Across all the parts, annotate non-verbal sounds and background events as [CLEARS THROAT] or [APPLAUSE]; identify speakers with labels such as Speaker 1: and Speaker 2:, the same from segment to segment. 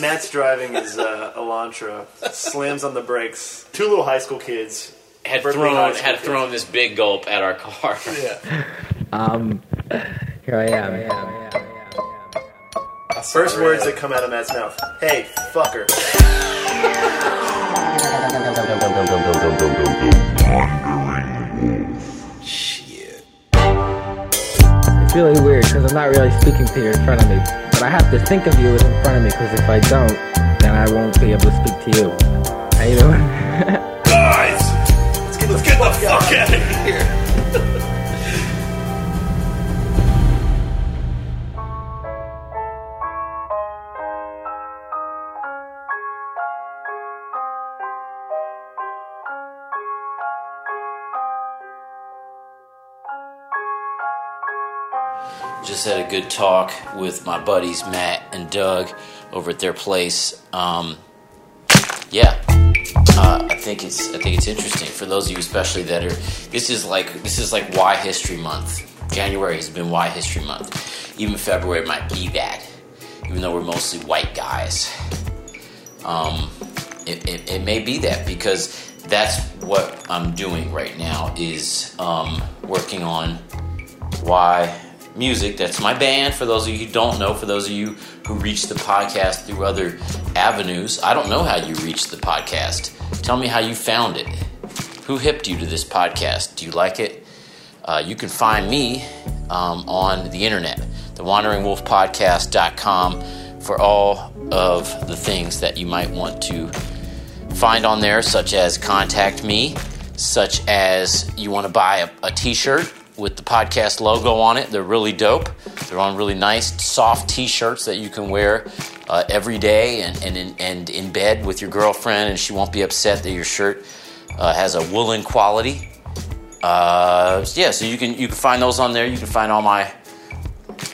Speaker 1: Matt's driving his uh, Elantra, slams on the brakes. Two little high school kids.
Speaker 2: had
Speaker 1: Berkeley
Speaker 2: thrown
Speaker 1: High School
Speaker 2: had
Speaker 1: kids.
Speaker 2: thrown this big gulp at our car.
Speaker 1: Yeah.
Speaker 3: Um, here I am. Here I am.
Speaker 1: First words that come out of Matt's mouth. Hey, fucker.
Speaker 3: It's really weird because I'm not really speaking to you in front of me, but I have to think of you as in front of me because if I don't, then I won't be able to speak to you. How you doing?
Speaker 4: Guys, let's get the, fuck, out of here.
Speaker 2: Just had a good talk with my buddies Matt and Doug over at their place. Um, yeah, uh, I think it's I think it's interesting for those of you especially that are. This is like this is like Why History Month. January has been Why History Month. Even February might be that, even though we're mostly white guys. um, it, it, it may be that because that's what I'm doing right now is um, working on why music. That's my band. For those of you who don't know, for those of you who reach the podcast through other avenues, I don't know how you reached the podcast. Tell me how you found it. Who hipped you to this podcast? Do you like it? Uh, you can find me um, on the internet, thewanderingwolfpodcast.com, for all of the things that you might want to find on there, such as contact me, such as you want to buy a, a t shirt with the podcast logo on it. They're really dope. They're on really nice, soft t shirts that you can wear uh, every day and, and, in, and in bed with your girlfriend, and she won't be upset that your shirt uh, has a woolen quality. Uh, yeah, so you can you can find those on there. You can find all my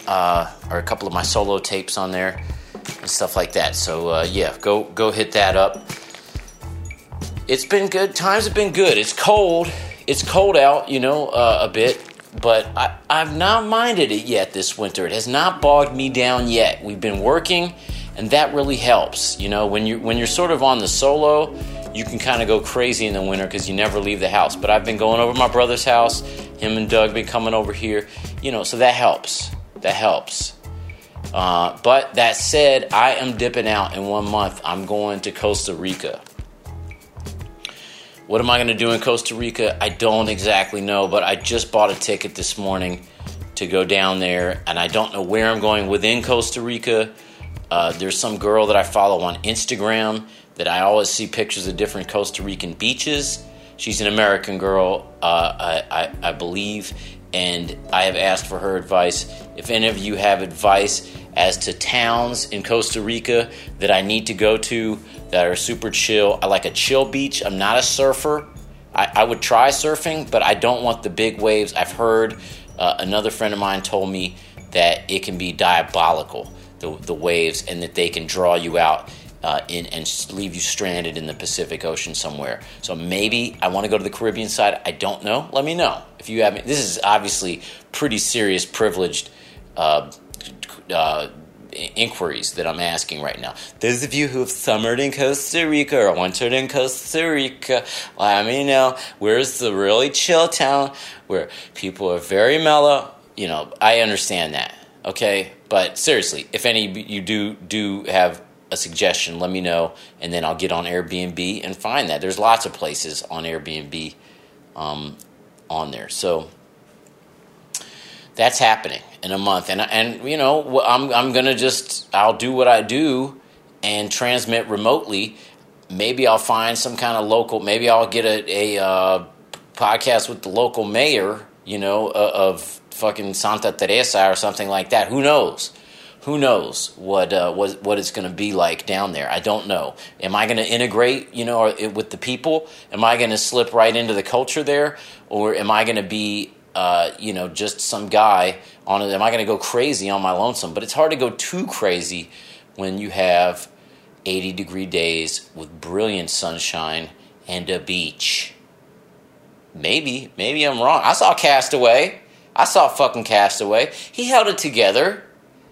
Speaker 2: uh, or a couple of my solo tapes on there and stuff like that. So uh, yeah, go go hit that up. It's been good. Times have been good. It's cold. It's cold out, you know, uh, a bit, but I, I've not minded it yet this winter. It has not bogged me down yet. We've been working, and that really helps. You know, when you when you're sort of on the solo, you can kind of go crazy in the winter because you never leave the house. But I've been going over to my brother's house. Him and Doug been coming over here, you know, so that helps. That helps. Uh, but that said, I am dipping out in one month. I'm going to Costa Rica. What am I going to do in Costa Rica? I don't exactly know, but I just bought a ticket this morning to go down there, and I don't know where I'm going within Costa Rica. Uh, there's some girl that I follow on Instagram that I always see pictures of different Costa Rican beaches. She's an American girl, uh, I, I, I believe, and I have asked for her advice. If any of you have advice as to towns in Costa Rica that I need to go to that are super chill, I like a chill beach. I'm not a surfer. I, I would try surfing, but I don't want the big waves. I've heard uh, another friend of mine told me that it can be diabolical, the, the waves, and that they can draw you out uh, in, and s- leave you stranded in the Pacific Ocean somewhere. So maybe I want to go to the Caribbean side. I don't know. Let me know if you have. This is obviously pretty serious, privileged uh, uh, inquiries that I'm asking right now. Those of you who have summered in Costa Rica or wintered in Costa Rica, let me know where's the really chill town where people are very mellow. You know, I understand that, okay? But seriously, if any of you do do have a suggestion, let me know, and then I'll get on Airbnb and find that. There's lots of places on Airbnb um, on there, so that's happening in a month and and you know wh- I'm I'm going to just I'll do what I do and transmit remotely maybe I'll find some kind of local maybe I'll get a a uh, podcast with the local mayor you know uh, of fucking Santa Teresa or something like that who knows who knows what uh, what what it's going to be like down there? I don't know. Am I going to integrate, you know, or, it- with the people? Am I going to slip right into the culture there, or am I going to be, uh, you know, just some guy on? Am I going to go crazy on my lonesome? But it's hard to go too crazy when you have eighty degree days with brilliant sunshine and a beach. Maybe, maybe I'm wrong. I saw Castaway. I saw fucking Castaway. He held it together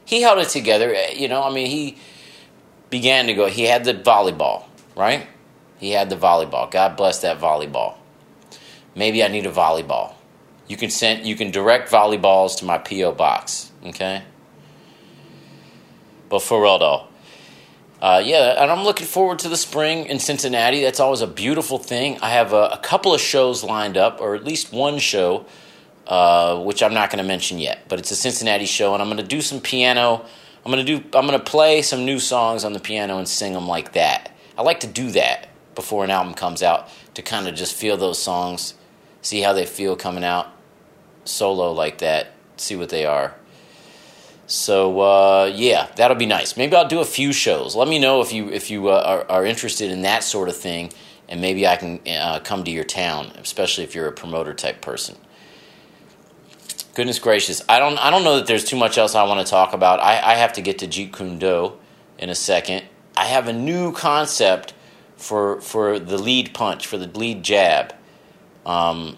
Speaker 2: he held it together. eh, You know, I mean, he began to go. He had the volleyball, right? He had the volleyball. God bless that volleyball. Maybe I need a volleyball. You can send you can direct volleyballs to my PO box, okay? But for real though, uh, yeah, and I'm looking forward to the spring in Cincinnati. That's always a beautiful thing. I have a, a couple of shows lined up, or at least one show, uh, which I'm not going to mention yet. But it's a Cincinnati show, and I'm going to do some piano. I'm going to do. I'm going to play some new songs on the piano and sing them like that. I like to do that before an album comes out to kind of just feel those songs, see how they feel coming out solo like that, see what they are. So uh, yeah, that'll be nice. Maybe I'll do a few shows. Let me know if you if you uh, are, are interested in that sort of thing, and maybe I can uh, come to your town, especially if you're a promoter type person. Goodness gracious, I don't I don't know that there's too much else I want to talk about. I, I have to get to Jeet Kune Do in a second. I have a new concept for for the lead punch for the lead jab. Um,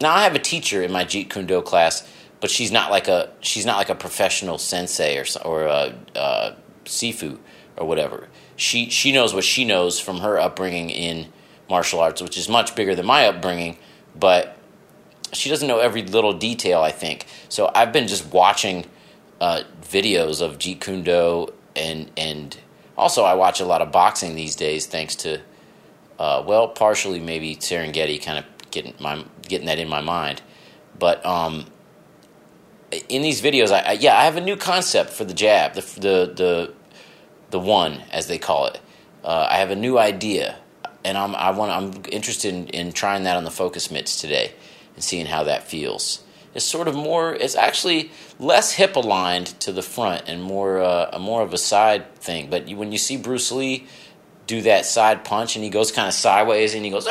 Speaker 2: now I have a teacher in my Jeet Kune Do class, but she's not like a she's not like a professional sensei or so- or a, uh, sifu or whatever. She she knows what she knows from her upbringing in martial arts, which is much bigger than my upbringing, but she doesn't know every little detail. I think so. I've been just watching uh, videos of Jeet Kune Do and and also I watch a lot of boxing these days, thanks to uh, well, partially maybe Serengeti, kind of getting my getting that in my mind. But um, in these videos, I, I yeah, I have a new concept for the jab, the the the, the one as they call it. Uh, I have a new idea, and I'm I want I'm interested in, in trying that on the focus mitts today and seeing how that feels. It's sort of more. It's actually less hip aligned to the front and more uh, more of a side thing. But you, when you see Bruce Lee do that side punch and he goes kind of sideways and he goes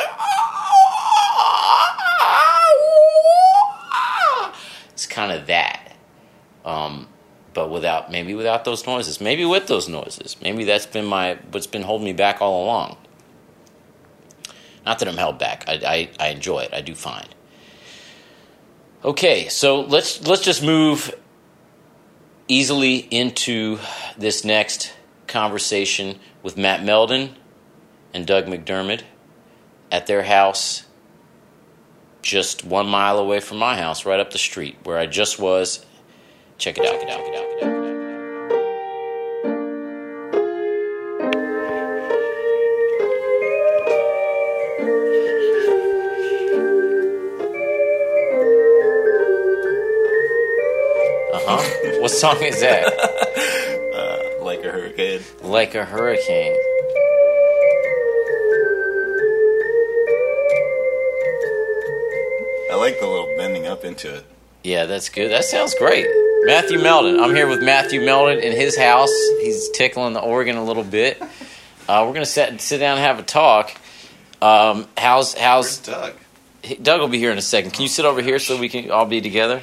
Speaker 2: "Ah!" it's kind of that um, but without maybe without those noises maybe with those noises maybe that's been my what's been holding me back all along not that i'm held back i, I, I enjoy it i do fine okay so let's let's just move easily into this next conversation with Matt Meldon and Doug McDermott at their house, just one mile away from my house, right up the street where I just was. Check it out, check it out, check it out, check it out. Uh huh. What song is that?
Speaker 4: like a hurricane.
Speaker 2: like a hurricane.
Speaker 4: I like the little bending up into it.
Speaker 2: Yeah, that's good. That sounds great. Matthew Meldon. I'm here with Matthew Meldon in his house. He's tickling the organ a little bit. Uh, we're gonna sit sit down and have a talk. Um, how's
Speaker 4: Where's
Speaker 2: how's
Speaker 4: Doug?
Speaker 2: Doug will be here in a second. Can you sit over here so we can all be together?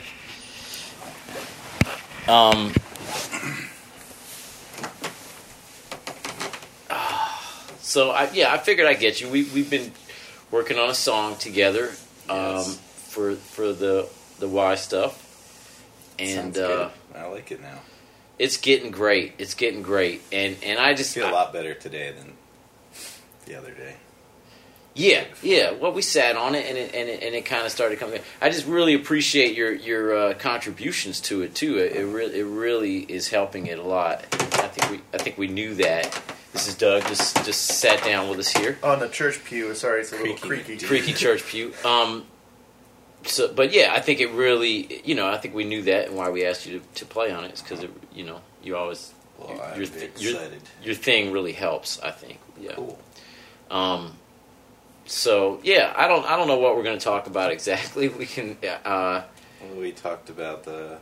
Speaker 2: Um. So I, yeah, I figured I get you. We we've been working on a song together um,
Speaker 4: Yes.
Speaker 2: for for the the why stuff, and
Speaker 4: Sounds
Speaker 2: uh,
Speaker 4: good. I like it now.
Speaker 2: it's getting great. It's getting great, and and I
Speaker 4: I
Speaker 2: just
Speaker 4: feel a lot better today than the other day.
Speaker 2: Yeah, yeah. Well, we sat on it, and it and it, and it kind of started coming. I just really appreciate your your uh, contributions to it too. It, it really it really is helping it a lot. I think we I think we knew that. This is Doug. Just just sat down with us here,
Speaker 1: On the church pew. Sorry, it's a little
Speaker 4: Creaky.
Speaker 1: creaky.
Speaker 2: creaky church pew. Um, so but yeah, I think it really you know I think we knew that and why we asked you to, to play on it is because you know you always
Speaker 4: Well, I'm
Speaker 2: your,
Speaker 4: a bit
Speaker 2: th- your,
Speaker 4: excited.
Speaker 2: your thing really helps. I think yeah.
Speaker 4: Cool.
Speaker 2: Um, so yeah, I don't I don't know what we're going to talk about exactly. [LAUGHS] We can uh,
Speaker 4: Well, we talked about the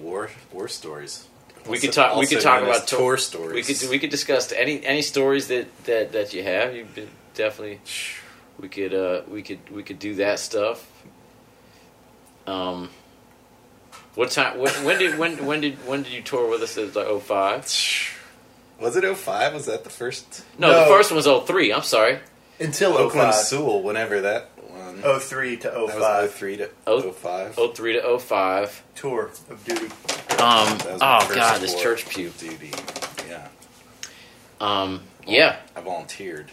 Speaker 4: war war stories.
Speaker 2: we
Speaker 4: Also-
Speaker 2: could talk we
Speaker 4: also
Speaker 2: could talk
Speaker 4: known as
Speaker 2: about
Speaker 4: tour stories.
Speaker 2: We could we could discuss any any stories that that that you have. You have definitely we could uh, we could we could do that stuff. Um, what time? When, when did when when did when did you tour with us? It was like 05?
Speaker 4: Was it 05? Was that the first
Speaker 2: No, the
Speaker 1: No.
Speaker 2: first one was 03. I'm sorry. Oh
Speaker 1: Until
Speaker 4: Oakland
Speaker 1: 05.
Speaker 4: Sewell? Whenever that one.
Speaker 1: 03 to
Speaker 4: that
Speaker 1: 05.
Speaker 4: was 03 to
Speaker 2: Oh-
Speaker 4: 05.
Speaker 2: 03 to 05.
Speaker 1: Tour of duty.
Speaker 2: Um,
Speaker 4: That
Speaker 2: oh
Speaker 4: was my first
Speaker 2: god, this
Speaker 4: tour.
Speaker 2: church pew.
Speaker 4: Duty. Yeah.
Speaker 2: Um, yeah.
Speaker 4: I volunteered.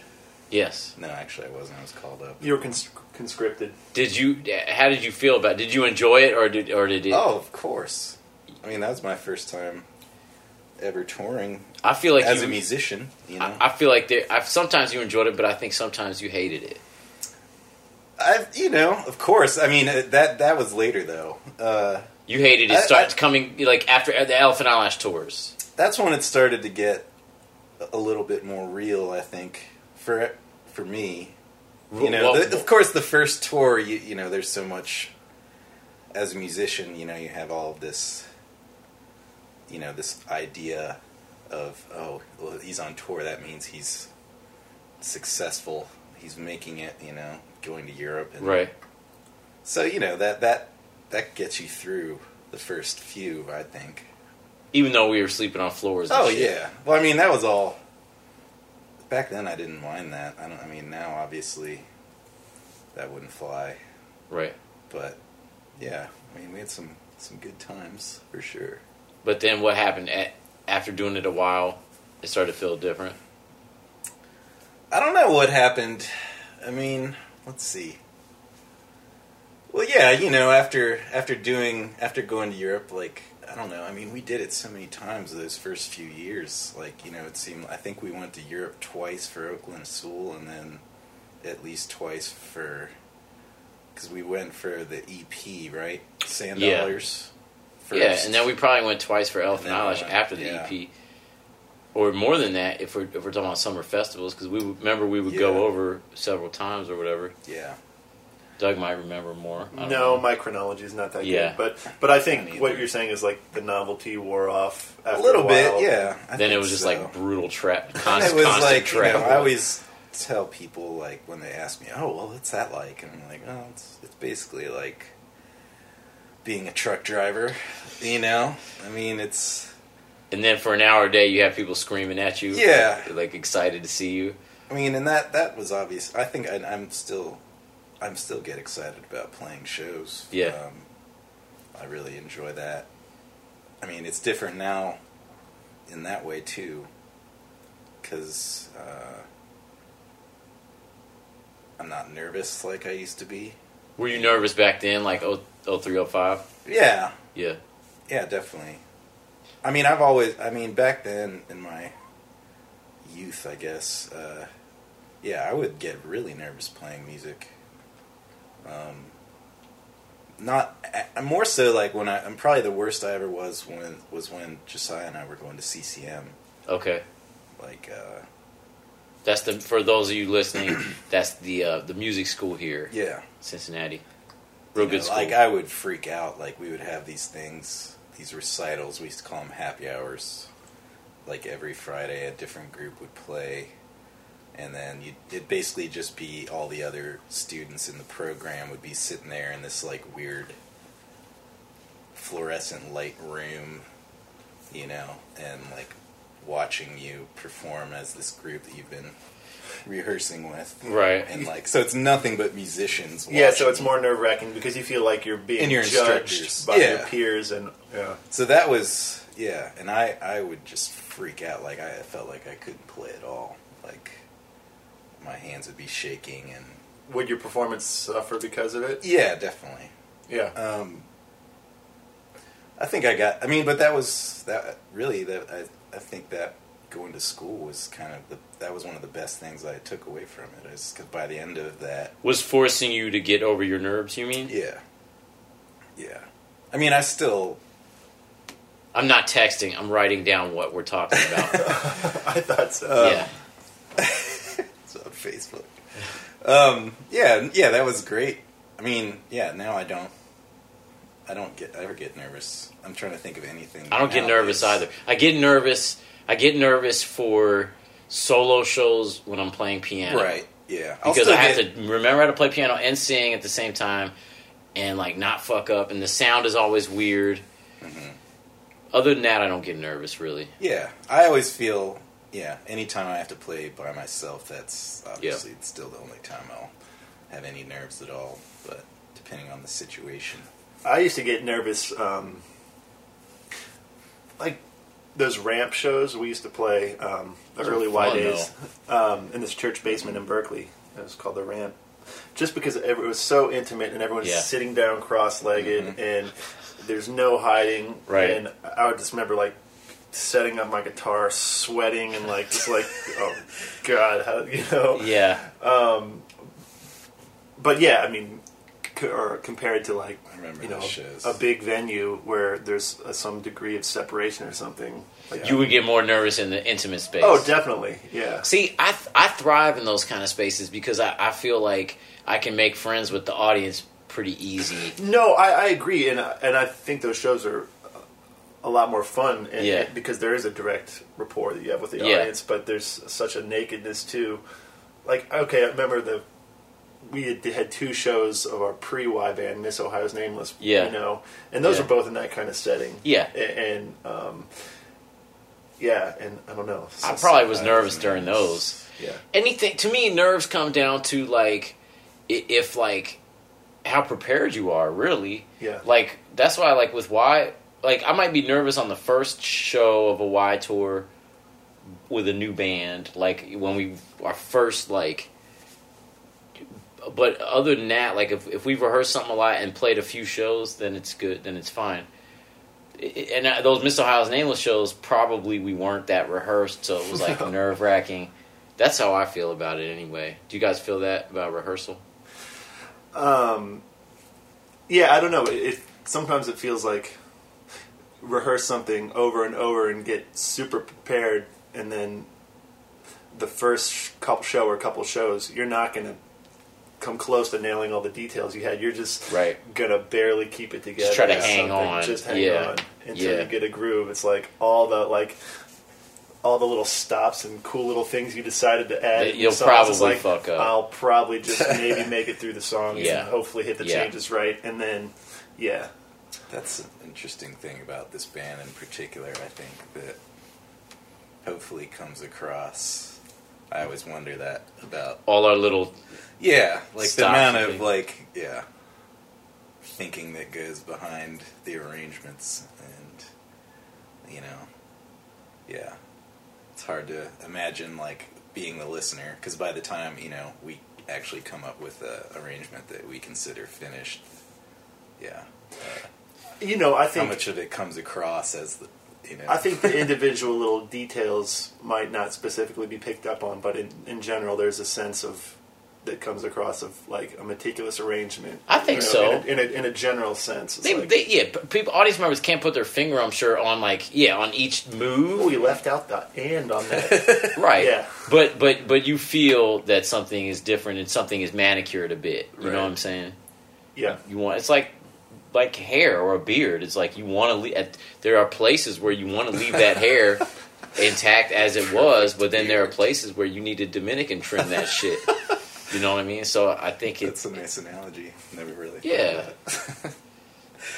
Speaker 2: Yes.
Speaker 4: No, actually, I wasn't. I was called up.
Speaker 1: You were cons- conscripted.
Speaker 2: Did you? How did you feel about? it? Did you enjoy it, or did or did it?
Speaker 4: Oh, of course. I mean, that was my first time ever touring
Speaker 2: I feel like
Speaker 4: as
Speaker 2: you,
Speaker 4: a musician. You know,
Speaker 2: I, I feel like there. I've, sometimes you enjoyed it, but I think sometimes you hated it.
Speaker 4: I've, you know, of course. I mean, uh, that that was later though. Uh,
Speaker 2: You hated it.
Speaker 4: I-
Speaker 2: Starts
Speaker 4: I-
Speaker 2: coming like after the Elephant Eyelash tours.
Speaker 4: that's when it started to get a- a little bit more real. I think for for me, you know,
Speaker 2: Well,
Speaker 4: the, of course, the first tour, you, you know, there's so much. As a musician, you know, you have all of this, you know, this idea of oh, well, he's on tour. That means he's successful. He's making it. You know, going to Europe and
Speaker 2: right.
Speaker 4: So you know that that that gets you through the first few, I think.
Speaker 2: Even though we were sleeping on floors. and
Speaker 4: Oh
Speaker 2: shit.
Speaker 4: yeah. Well, I mean that was all. Back then, I didn't mind that. I don't. I mean now, obviously, that wouldn't fly.
Speaker 2: Right.
Speaker 4: But yeah, I mean we had some some good times for sure.
Speaker 2: But then what happened at, after doing it a while? It started to feel different.
Speaker 4: I don't know what happened. I mean, let's see. Well, yeah, you know, after after doing after going to Europe, like I don't know. I mean, we did it so many times those first few years. Like you know, it seemed. I think we went to Europe twice for Oakland Soul, and then at least twice for because we went for the EP, right? Sand
Speaker 2: Yeah.
Speaker 4: dollars.
Speaker 2: Yeah, and then we probably went twice for Elephant
Speaker 4: And then we
Speaker 2: Eyelash
Speaker 4: went-
Speaker 2: after the
Speaker 4: yeah.
Speaker 2: EP, or more than that if we're if we're talking about summer festivals because we would- remember we would
Speaker 4: Yeah.
Speaker 2: go over several times or whatever.
Speaker 4: yeah.
Speaker 2: Doug might remember more. I don't
Speaker 1: No,
Speaker 2: know.
Speaker 1: my chronology is not that
Speaker 2: Yeah.
Speaker 1: good, but but I
Speaker 4: Mine
Speaker 1: think
Speaker 4: either.
Speaker 1: what you're saying is like the novelty wore off after
Speaker 4: a little
Speaker 1: while.
Speaker 4: bit, yeah. I
Speaker 2: then it
Speaker 4: think
Speaker 2: was just
Speaker 4: so.
Speaker 2: like brutal trap.
Speaker 4: And
Speaker 2: Constant,
Speaker 4: [LAUGHS] it was
Speaker 2: constant
Speaker 4: like you know,
Speaker 2: travel.
Speaker 4: I always tell people like when they ask me, "Oh, well, what's that like?" and I'm like, "Oh, it's it's basically like being a truck driver." [LAUGHS] You know, I mean, it's
Speaker 2: and then for an hour a day, you have people screaming at you.
Speaker 4: Yeah.
Speaker 2: like, like, excited to see you.
Speaker 4: I mean, and that that was obvious. I think I, I'm still I'm still get excited about playing shows.
Speaker 2: Yeah.
Speaker 4: um, I really enjoy that. I mean, it's different now in that way too, because. Uh, I'm not nervous like I used to be.
Speaker 2: Were you nervous back then, like oh oh three oh five?
Speaker 4: Yeah,
Speaker 2: Yeah,
Speaker 4: yeah, definitely. I mean, I've always, I mean, back then in my youth, I guess, uh, yeah, I would get really nervous playing music. Um, not I- more so like when I, I'm probably the worst I ever was when was when Josiah and I were going to CCM.
Speaker 2: okay.
Speaker 4: Like, uh,
Speaker 2: That's the for those of you
Speaker 4: [CLEARS THROAT]
Speaker 2: listening. That's the uh, the music school here,
Speaker 4: yeah,
Speaker 2: Cincinnati. Real
Speaker 4: You
Speaker 2: good
Speaker 4: know,
Speaker 2: school.
Speaker 4: Like I would freak out. Like we would have these things, these recitals. We used to call them happy hours. Like every Friday, a different group would play, and then you it'd basically just be all the other students in the program would be sitting there in this like weird fluorescent light room, you know, and like watching you perform as this group that you've been rehearsing with.
Speaker 2: right.
Speaker 4: And like, so it's nothing but musicians.
Speaker 1: Yeah, so it's
Speaker 4: watching.
Speaker 1: more nerve wracking because you feel like you're being
Speaker 4: And your instructors.
Speaker 1: judged by
Speaker 4: Yeah.
Speaker 1: your peers and yeah.
Speaker 4: So that was yeah, and I I would just freak out like I felt like I couldn't play at all. Like my hands would be shaking and
Speaker 1: Would your performance suffer because of it?
Speaker 4: yeah, definitely.
Speaker 1: Yeah.
Speaker 4: Um I think I got I mean, but that was that really that I I think that going to school was kind of the that was one of the best things I took away from it is cuz by the end of that
Speaker 2: Was forcing you to get over your nerves. You mean?
Speaker 4: yeah. Yeah. I mean, I still
Speaker 2: I'm not texting. I'm writing down what we're talking
Speaker 4: [LAUGHS]
Speaker 1: [LAUGHS]
Speaker 2: about.
Speaker 1: I thought so.
Speaker 4: Um,
Speaker 2: yeah.
Speaker 4: It's on Facebook. Um, yeah, yeah, that was great. I mean, yeah, now I don't, I don't get I ever get nervous. I'm trying to think of anything.
Speaker 2: I don't get nervous either.
Speaker 4: nowadays.
Speaker 2: I get nervous. I get nervous for solo shows when I'm playing piano.
Speaker 4: Right? Yeah, I'll
Speaker 2: Because
Speaker 4: still
Speaker 2: I have
Speaker 4: get-
Speaker 2: to remember how to play piano and sing at the same time, and like not fuck up. And the sound is always weird.
Speaker 4: Mm-hmm.
Speaker 2: Other than that, I don't get nervous really.
Speaker 4: Yeah, I always feel. Yeah, anytime I have to play by myself, that's obviously it's still the only time I'll have any nerves at all. But depending on the situation,
Speaker 1: I used to get nervous, um, like those ramp shows we used to play um, the
Speaker 2: were
Speaker 1: early Y
Speaker 2: fun,
Speaker 1: days um, in this church basement in Berkeley. It was called the Ramp, just because it was so intimate and everyone's
Speaker 2: Yeah. Mm-hmm.
Speaker 1: sitting down cross-legged and there's no hiding.
Speaker 2: Right.
Speaker 1: And I would just remember like setting up my guitar, sweating, and like just like oh god, how, you know.
Speaker 2: Yeah.
Speaker 1: But yeah, I mean, c- or compared to like
Speaker 4: I remember
Speaker 1: you
Speaker 4: those
Speaker 1: know
Speaker 4: shows.
Speaker 1: a big venue where there's uh, some degree of separation or something. Like
Speaker 2: You would get more nervous in the intimate space.
Speaker 1: Oh, definitely. Yeah.
Speaker 2: See, I th- I thrive in those kind of spaces because I, I feel like I can make friends with the audience pretty easy.
Speaker 1: No, I, I agree, and I- and I think those shows are uh, a lot more fun, and,
Speaker 2: Yeah.
Speaker 1: because there is a direct rapport that you have with the
Speaker 2: Yeah.
Speaker 1: audience, but there's such a nakedness too. Like, okay, I remember the we had, had two shows of our pre Y band, Miss Ohio's Nameless.
Speaker 2: Yeah.
Speaker 1: you know, and those
Speaker 2: Yeah.
Speaker 1: were both in that kind of setting.
Speaker 2: Yeah.
Speaker 1: A- and, um, yeah, and I don't know.
Speaker 2: I probably was nervous during those.
Speaker 1: Yeah.
Speaker 2: Anything to me, nerves come down to like i- if like how prepared you are, really.
Speaker 1: Yeah.
Speaker 2: Like that's why, like with Y, like I might be nervous on the first show of a Y tour with a new band, like when we our first like. But other than that, like if if we rehearse something a lot and played a few shows, then it's good, then it's fine. I- I- And uh, those Miss Ohio's Nameless shows, probably we weren't that rehearsed, so it was like nerve wracking. That's how I feel about it anyway. Do you guys feel that about rehearsal?
Speaker 1: Yeah, I don't know. It, it sometimes it feels like rehearse something over and over and get super prepared, and then the first sh- couple show or couple shows, you're not gonna come close to nailing all the details you had. You're just
Speaker 2: Right.
Speaker 1: gonna barely keep it together.
Speaker 2: Just try to
Speaker 1: or
Speaker 2: hang
Speaker 1: something.
Speaker 2: on.
Speaker 1: Just hang
Speaker 2: Yeah.
Speaker 1: on until
Speaker 2: Yeah.
Speaker 1: you get a groove. It's like all the like. All the little stops and cool little things you decided to add.
Speaker 2: That
Speaker 1: in
Speaker 2: you'll
Speaker 1: your songs. It's
Speaker 2: probably
Speaker 1: like,
Speaker 2: fuck up.
Speaker 1: I'll probably just maybe make it through the song
Speaker 2: Yeah.
Speaker 1: and hopefully hit the
Speaker 2: Yeah.
Speaker 1: changes right, and then yeah,
Speaker 4: That's an interesting thing about this band in particular, I think, that hopefully comes across. I always wonder that about.
Speaker 2: All our little
Speaker 4: Yeah, like
Speaker 2: Stops
Speaker 4: the amount
Speaker 2: and
Speaker 4: of,
Speaker 2: things.
Speaker 4: like, yeah, thinking that goes behind the arrangements and, you know, yeah. It's hard to imagine, like, being the listener, because by the time, you know, we actually come up with a arrangement that we consider finished, yeah.
Speaker 1: you know, I
Speaker 4: how
Speaker 1: think
Speaker 4: much of it comes across as the you know
Speaker 1: I think the individual little details might not specifically be picked up on, but in, in general, there's a sense of that comes across of like a meticulous arrangement.
Speaker 2: I think
Speaker 1: you know,
Speaker 2: so.
Speaker 1: in a, in a, in a general sense. It's
Speaker 2: They,
Speaker 1: like,
Speaker 2: they, yeah, p- people, audience members can't put their finger, I'm sure, on like, yeah, on each
Speaker 1: "Ooh,
Speaker 2: move,
Speaker 1: we left out the and on
Speaker 2: [LAUGHS]
Speaker 1: that.
Speaker 2: right?
Speaker 1: Oh, yeah.
Speaker 2: But but but you feel that something is different and something is manicured a bit. You
Speaker 1: Right.
Speaker 2: know what I'm saying?
Speaker 1: yeah,
Speaker 2: You want it's like like hair or a beard. It's like you want to leave. There are places where you want to leave
Speaker 1: [LAUGHS]
Speaker 2: that hair intact as it was, but then there are places where you need to Dominican trim that
Speaker 1: [LAUGHS]
Speaker 2: shit. You know what I mean? So I think it's
Speaker 4: that's a nice analogy never really thought
Speaker 2: Yeah.
Speaker 4: of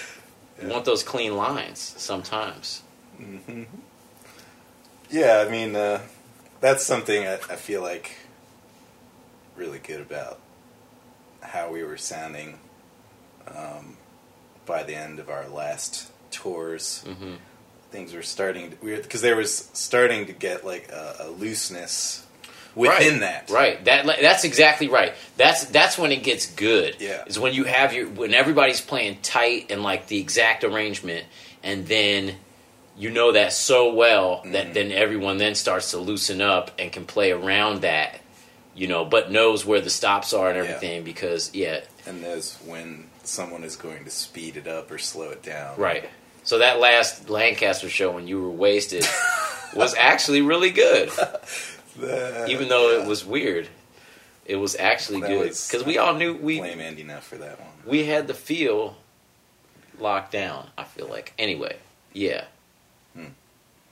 Speaker 1: [LAUGHS]
Speaker 2: you want those clean lines sometimes.
Speaker 4: that. yeah i mean uh, that's something I, I feel like really good about how we were sounding um, by the end of our last tours
Speaker 2: hmm
Speaker 4: things were starting to, we were because there was starting to get like a, a looseness
Speaker 2: right,
Speaker 4: within that
Speaker 2: Right. That that's exactly right. That's that's when it gets good.
Speaker 4: Yeah.
Speaker 2: Is when you have your when everybody's playing tight and like the exact arrangement and then you know that so well
Speaker 4: Mm-hmm.
Speaker 2: that then everyone then starts to loosen up and can play around that, you know, but knows where the stops are and
Speaker 4: Yeah.
Speaker 2: everything because yeah,
Speaker 4: and knows when someone is going to speed it up or slow it down
Speaker 2: right. So that last Lancaster show when you were
Speaker 4: [LAUGHS]
Speaker 2: wasted was actually really good.
Speaker 4: The-
Speaker 2: Even though it was weird. It was actually
Speaker 4: That
Speaker 2: good
Speaker 4: was-
Speaker 2: cuz we all knew we
Speaker 4: blame Andy now for that one.
Speaker 2: we had the feel locked down. I feel like anyway, yeah,
Speaker 4: Hmm.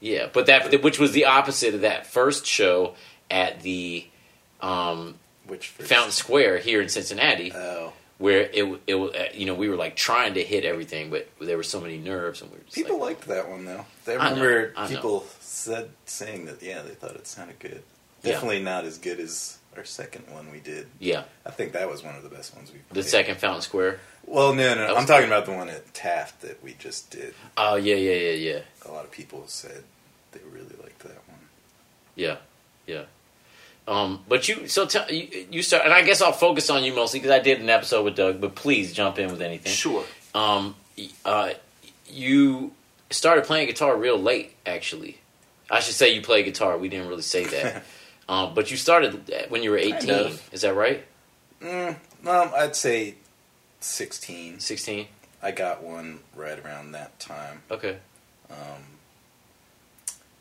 Speaker 2: yeah. But that which was the opposite of that first show at the um,
Speaker 4: Which first?
Speaker 2: Fountain Square here in Cincinnati,
Speaker 4: Oh,
Speaker 2: where it w- it w- uh, you know we were like trying to hit everything, but there were so many nerves and we were just
Speaker 4: people
Speaker 2: like,
Speaker 4: liked that one though. I
Speaker 2: I know,
Speaker 4: remember
Speaker 2: I know.
Speaker 4: people said saying that yeah, they thought it sounded good.
Speaker 2: Yeah.
Speaker 4: Definitely not as good as our second one we did.
Speaker 2: yeah,
Speaker 4: I think that was one of the best ones we.
Speaker 2: the
Speaker 4: played.
Speaker 2: second Fountain Square.
Speaker 4: Well, no, no,
Speaker 2: That
Speaker 4: I'm
Speaker 2: was-
Speaker 4: talking about the one at Taft that we just did.
Speaker 2: Oh yeah, yeah, yeah, yeah.
Speaker 4: A lot of people said They really liked that one.
Speaker 2: Yeah, yeah. Um, but you, so tell you, you start, and I guess I'll focus on you mostly because I did an episode with Doug. But please jump in with anything.
Speaker 1: Sure.
Speaker 2: Um, y- uh, you started playing guitar real late, actually. I should say you play guitar. We didn't really say
Speaker 4: [LAUGHS]
Speaker 2: that. um, but you started at- when you were
Speaker 4: Kind
Speaker 2: 18.
Speaker 4: of.
Speaker 2: Is that right?
Speaker 4: Mm, um, I'd say 16.
Speaker 2: 16?
Speaker 4: I got one right around that time.
Speaker 2: Okay.
Speaker 4: Um,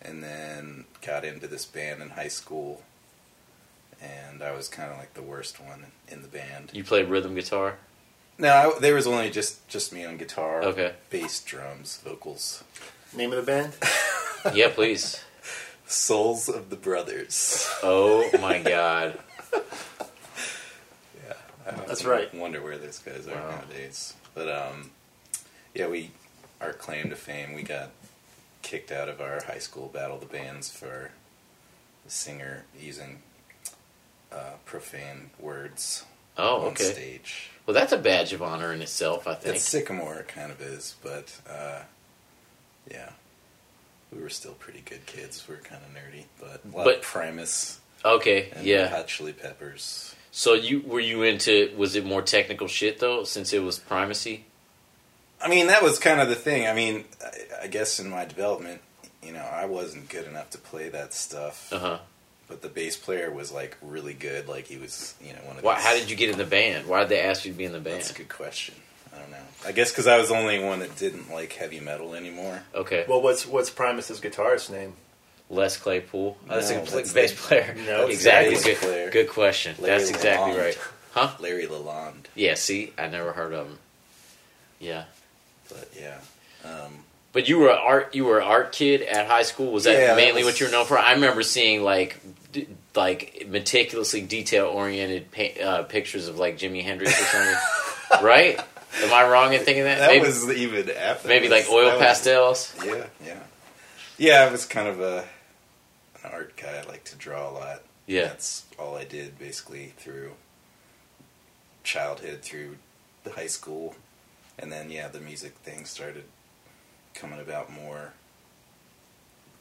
Speaker 4: and then got into this band in high school. And I was kind of like the worst one in the band.
Speaker 2: You played rhythm
Speaker 4: [LAUGHS]
Speaker 2: guitar?
Speaker 4: No, I, there was only just, just me on guitar,
Speaker 2: Okay.
Speaker 4: bass, drums, vocals.
Speaker 1: Name of the band?
Speaker 2: Yeah, please.
Speaker 4: Souls of the Brothers. [LAUGHS]
Speaker 2: Oh my God.
Speaker 4: I don't
Speaker 1: That's
Speaker 4: even
Speaker 1: right.
Speaker 4: Wonder where those guys are
Speaker 2: Wow.
Speaker 4: nowadays. But um, yeah, we our claim to fame. We got kicked out of our high school battle of the bands for the singer using uh, profane words
Speaker 2: Oh,
Speaker 4: on
Speaker 2: okay.
Speaker 4: stage.
Speaker 2: Well, that's a badge of honor in itself, I think.
Speaker 4: It's Sycamore kind of is, but uh, yeah, we were still pretty good kids. We were kind of nerdy, but a lot
Speaker 2: But-
Speaker 4: of Primus
Speaker 2: Okay,
Speaker 4: and
Speaker 2: yeah.
Speaker 4: Hot Chili Peppers.
Speaker 2: So you were you into was it more technical shit though since it was primacy?
Speaker 4: I mean, that was kind of the thing. I mean, I, I guess in my development, you know, I wasn't good enough to play that stuff,
Speaker 2: Uh huh.
Speaker 4: but the bass player was like really good. Like he was, you know, one of.
Speaker 2: Why? How did you get in the band? Why did they ask you to be in the band?
Speaker 4: That's a good question. I don't know. I guess because I was the only one that didn't like heavy metal anymore.
Speaker 2: Okay,
Speaker 1: Well, what's what's Primus's guitarist name?
Speaker 2: Les Claypool. Oh, that's a
Speaker 4: No,
Speaker 2: complete
Speaker 4: that's
Speaker 2: bass
Speaker 4: the-
Speaker 2: player.
Speaker 1: No, that's
Speaker 2: [LAUGHS] exactly.
Speaker 4: the
Speaker 2: Good,
Speaker 4: bass player.
Speaker 2: good question.
Speaker 4: Larry
Speaker 2: that's exactly
Speaker 4: Lalonde. [LAUGHS]
Speaker 2: right. Huh?
Speaker 4: Larry Lalonde,
Speaker 2: Yeah. See, I never heard of him. Yeah,
Speaker 4: but yeah, um,
Speaker 2: but you were a art. You were an art kid at high school. Was that
Speaker 4: Yeah, that
Speaker 2: mainly
Speaker 4: was-
Speaker 2: what you were known for? I remember seeing like. d- Like meticulously detail oriented pa- uh, pictures of like Jimi Hendrix or
Speaker 4: [LAUGHS]
Speaker 2: something, right? Am I wrong in thinking that?
Speaker 4: that
Speaker 2: Maybe-
Speaker 4: was even after.
Speaker 2: Maybe
Speaker 4: this.
Speaker 2: like oil
Speaker 4: That was-
Speaker 2: pastels.
Speaker 4: Yeah, yeah, yeah. I was kind of a an art guy. I like to draw a lot.
Speaker 2: Yeah.
Speaker 4: That's all I did basically through childhood, through the high school. And then, yeah, the music thing started coming about more.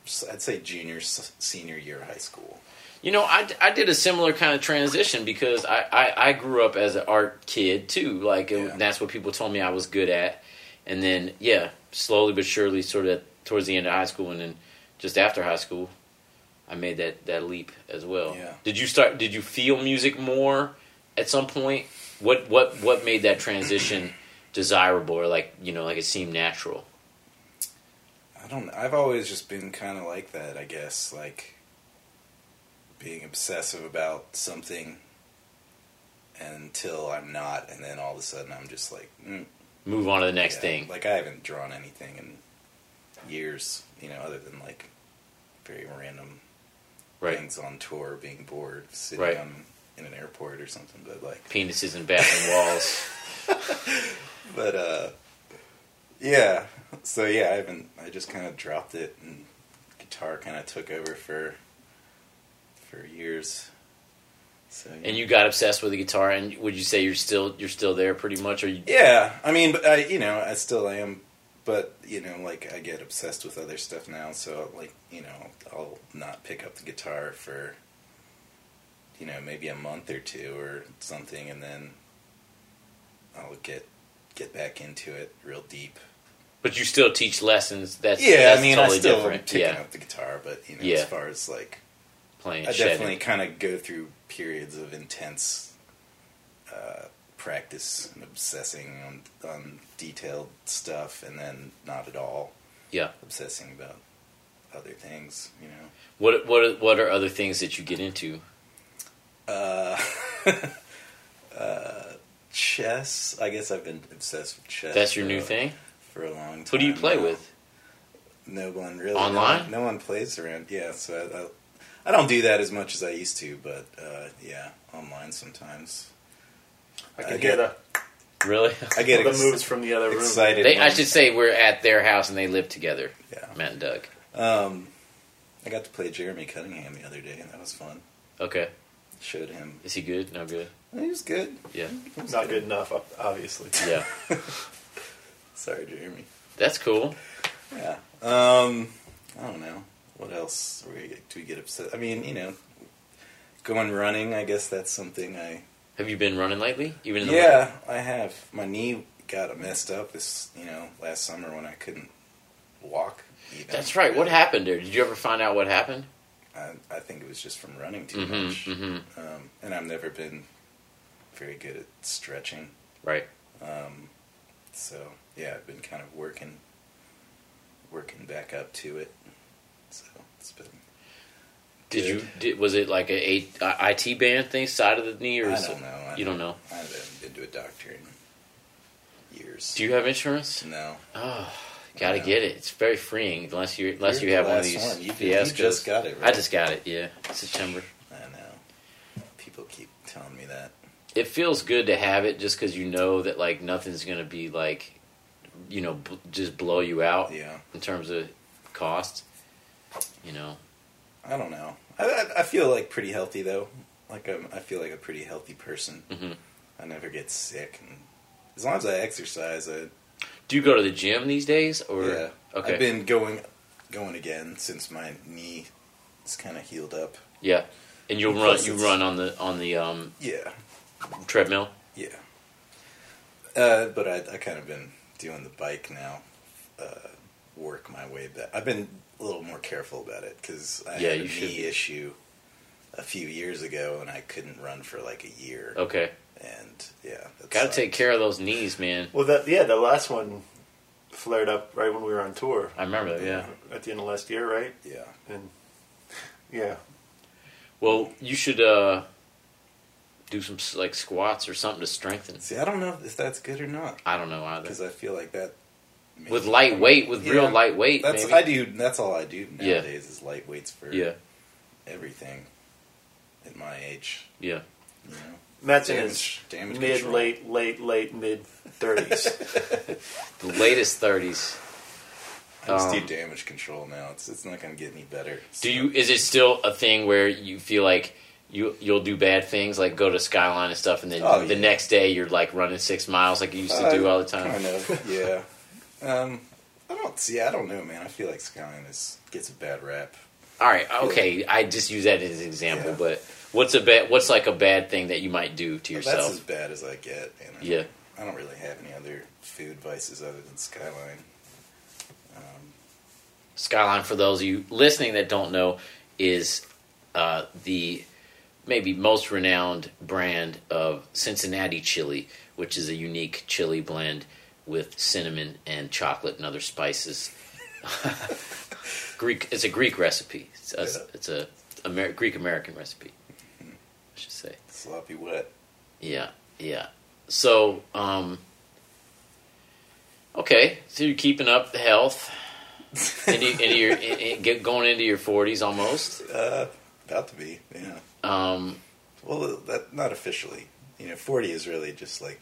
Speaker 4: s- I'd say junior, s- senior year of high school.
Speaker 2: You know, I, I did a similar kind of transition because I, I, I grew up as an art kid too. Like, it-
Speaker 4: Yeah.
Speaker 2: that's what people told me I was good at. And then, yeah, slowly but surely, sort of towards the end of high school and then just after high school, I made that, that leap as well.
Speaker 4: Yeah.
Speaker 2: Did you start, did you feel music more at some point? What, what, what made that transition desirable or like, you know, like it seemed natural?
Speaker 4: I don't. I've always just been kind of like that. I guess like being obsessive about something until I'm not, and then all of a sudden I'm just like, mm,
Speaker 2: Move on to the next
Speaker 4: Yeah,
Speaker 2: thing.
Speaker 4: Like I haven't drawn anything in years, you know, other than like very random
Speaker 2: right.
Speaker 4: things on tour, being bored, sitting
Speaker 2: Right.
Speaker 4: on in an airport or something. But like,
Speaker 2: Penises and bathroom walls.
Speaker 4: but uh, yeah. So yeah, I haven't. I just kind of dropped it, and guitar kind of took over for for years. So yeah.
Speaker 2: and you got obsessed with the guitar and would you say you're still you're still there pretty much or you,
Speaker 4: Yeah, I mean, but I, you know, I still am, but you know, like I get obsessed with other stuff now. So, like, you know, I'll not pick up the guitar for, you know, maybe a month or two or something, and then I'll get get back into it real deep.
Speaker 2: but you still teach lessons that's
Speaker 4: Yeah,
Speaker 2: that's
Speaker 4: I mean,
Speaker 2: totally
Speaker 4: I still am
Speaker 2: different
Speaker 4: picking
Speaker 2: yeah
Speaker 4: up the guitar, but you know,
Speaker 2: Yeah.
Speaker 4: as far as like,
Speaker 2: playing
Speaker 4: I
Speaker 2: shedding.
Speaker 4: definitely kind of go through periods of intense uh, practice and obsessing on, on detailed stuff, and then not at all
Speaker 2: yeah
Speaker 4: obsessing about other things. You know,
Speaker 2: what what are- what are other things that you get into
Speaker 4: uh, uh, chess. I guess I've been obsessed with chess.
Speaker 2: that's your new
Speaker 4: for-
Speaker 2: thing
Speaker 4: for a long time.
Speaker 2: who do you play
Speaker 4: now.
Speaker 2: with
Speaker 4: No one really.
Speaker 2: Online?
Speaker 4: No, one- no one plays around. Yeah, so I, I, I don't do that as much as I used to, but uh, yeah, online sometimes.
Speaker 1: I
Speaker 4: I
Speaker 1: can hear
Speaker 4: get-
Speaker 1: the,
Speaker 2: really [LAUGHS]
Speaker 4: I get
Speaker 1: the
Speaker 4: ex-
Speaker 1: moves from the other room.
Speaker 4: excited.
Speaker 2: they, i
Speaker 4: when-
Speaker 2: should say we're at their house and they live together
Speaker 4: Yeah.
Speaker 2: matt and doug
Speaker 4: Um, I got to play Jeremy Cunningham the other day, and that was fun.
Speaker 2: okay
Speaker 4: Showed him.
Speaker 2: is he good no good
Speaker 4: He was good.
Speaker 2: yeah
Speaker 4: He was
Speaker 1: Not good enough, ob- obviously.
Speaker 2: yeah
Speaker 4: Sorry, Jeremy.
Speaker 2: that's cool
Speaker 4: Yeah. Um, I don't know. What else were we, do we get upset? I mean, you know, going running. I guess that's something I.
Speaker 2: Have you been running lately? Even in the winter?
Speaker 4: Yeah, I have. My knee got messed up this, you know, last summer when I couldn't walk. Even.
Speaker 2: That's right. What happened there? Did you ever find out what happened?
Speaker 4: I, I think it was just from running too much.
Speaker 2: Mm-hmm. Mm-hmm.
Speaker 4: Um, and I've never been very good at stretching.
Speaker 2: Right.
Speaker 4: Um, so yeah, I've been kind of working, working back up to it. So it's been.
Speaker 2: Did you? Did, was it like a, eight- a IT band thing, side of the knee, or
Speaker 4: I
Speaker 2: is
Speaker 4: don't
Speaker 2: it-
Speaker 4: know. I
Speaker 2: you don't know?
Speaker 4: I haven't been to a doctor in years.
Speaker 2: Do you have insurance?
Speaker 4: No.
Speaker 2: Oh, gotta
Speaker 4: No.
Speaker 2: get it. It's very freeing unless you unless
Speaker 4: You're
Speaker 2: you have
Speaker 4: the
Speaker 2: one of
Speaker 4: last
Speaker 2: these
Speaker 4: one. You- you
Speaker 2: fiascos.
Speaker 4: just got it,
Speaker 2: I
Speaker 4: right?
Speaker 2: just got it. Yeah, September.
Speaker 4: I know. People keep telling me that.
Speaker 2: It feels good to have it just because you know that like nothing's gonna be like, you know, b- just blow you out
Speaker 4: Yeah.
Speaker 2: in terms of cost. You know,
Speaker 4: I don't know. I, I, I feel like pretty healthy though. Like I'm, I feel like a pretty healthy person.
Speaker 2: Mhm.
Speaker 4: I never get sick, and as long as I exercise, I
Speaker 2: do you go to the gym these days? Or
Speaker 4: yeah.
Speaker 2: okay,
Speaker 4: I've been going, going again since my knee is kind of healed up.
Speaker 2: yeah, and you'll run
Speaker 4: Plus
Speaker 2: you
Speaker 4: it's-
Speaker 2: run on the on the um,
Speaker 4: Yeah,
Speaker 2: treadmill.
Speaker 4: yeah. Uh, but I I kind of been doing the bike now. Uh, work my way back. I've been a little more careful about it because I
Speaker 2: Yeah,
Speaker 4: had a
Speaker 2: you
Speaker 4: knee
Speaker 2: should be.
Speaker 4: issue a few years ago, and I couldn't run for like a year.
Speaker 2: Okay,
Speaker 4: And yeah, that
Speaker 2: Oh. gotta
Speaker 4: sucked.
Speaker 2: take care of those knees, man.
Speaker 1: Well, that yeah, the last one flared up right when we were on tour
Speaker 2: I remember that. Yeah.
Speaker 1: at the end of last year, right?
Speaker 4: Yeah,
Speaker 1: And yeah,
Speaker 2: Well, you should uh, do some like squats or something to strengthen.
Speaker 4: see, I don't know if that's good or not
Speaker 2: I don't know either.
Speaker 4: because I feel like that
Speaker 2: With light weight, with
Speaker 4: Yeah.
Speaker 2: real light weight,
Speaker 4: That's
Speaker 2: maybe.
Speaker 4: I do. That's all I do
Speaker 2: Yeah.
Speaker 4: nowadays is light weights for
Speaker 2: yeah,
Speaker 4: everything. At my age,
Speaker 2: yeah.
Speaker 4: you know,
Speaker 1: Matt's in his
Speaker 4: damage, damage
Speaker 1: mid,
Speaker 4: control.
Speaker 1: late, late, late, mid thirties.
Speaker 4: [LAUGHS]
Speaker 2: The latest thirties.
Speaker 4: I just
Speaker 2: Um,
Speaker 4: do damage control now. It's it's not going to get any better.
Speaker 2: Do you? Is it still a thing where you feel like you you'll do bad things, like go to Skyline and stuff, and then
Speaker 4: Oh,
Speaker 2: the
Speaker 4: yeah. Uh,
Speaker 2: next day you're like running six miles, like you used to do all the time.
Speaker 4: Kind of, yeah. um, I don't see. I don't know, man. I feel like Skyline is gets a bad rap.
Speaker 2: All right, okay. I just use that as an example,
Speaker 4: Yeah.
Speaker 2: but what's a bad? What's like a bad thing that you might do to
Speaker 4: But
Speaker 2: yourself?
Speaker 4: That's as bad as I get. You know?
Speaker 2: yeah.
Speaker 4: I don't really have any other food vices other than Skyline.
Speaker 2: Skyline, for those of you listening that don't know, is uh, the maybe most renowned brand of Cincinnati chili, which is a unique chili blend with cinnamon and chocolate and other spices. [LAUGHS] Greek, it's a Greek recipe. It's a,
Speaker 4: Yeah.
Speaker 2: it's a Amer- Greek American recipe, I should say.
Speaker 4: Sloppy wet.
Speaker 2: Yeah, yeah. So, um, okay, so you're keeping up the health into,
Speaker 4: [LAUGHS]
Speaker 2: into your in, in, get going into your forties almost.
Speaker 4: Uh, about to be, yeah.
Speaker 2: Um,
Speaker 4: Well, that not officially. You know, forty is really just like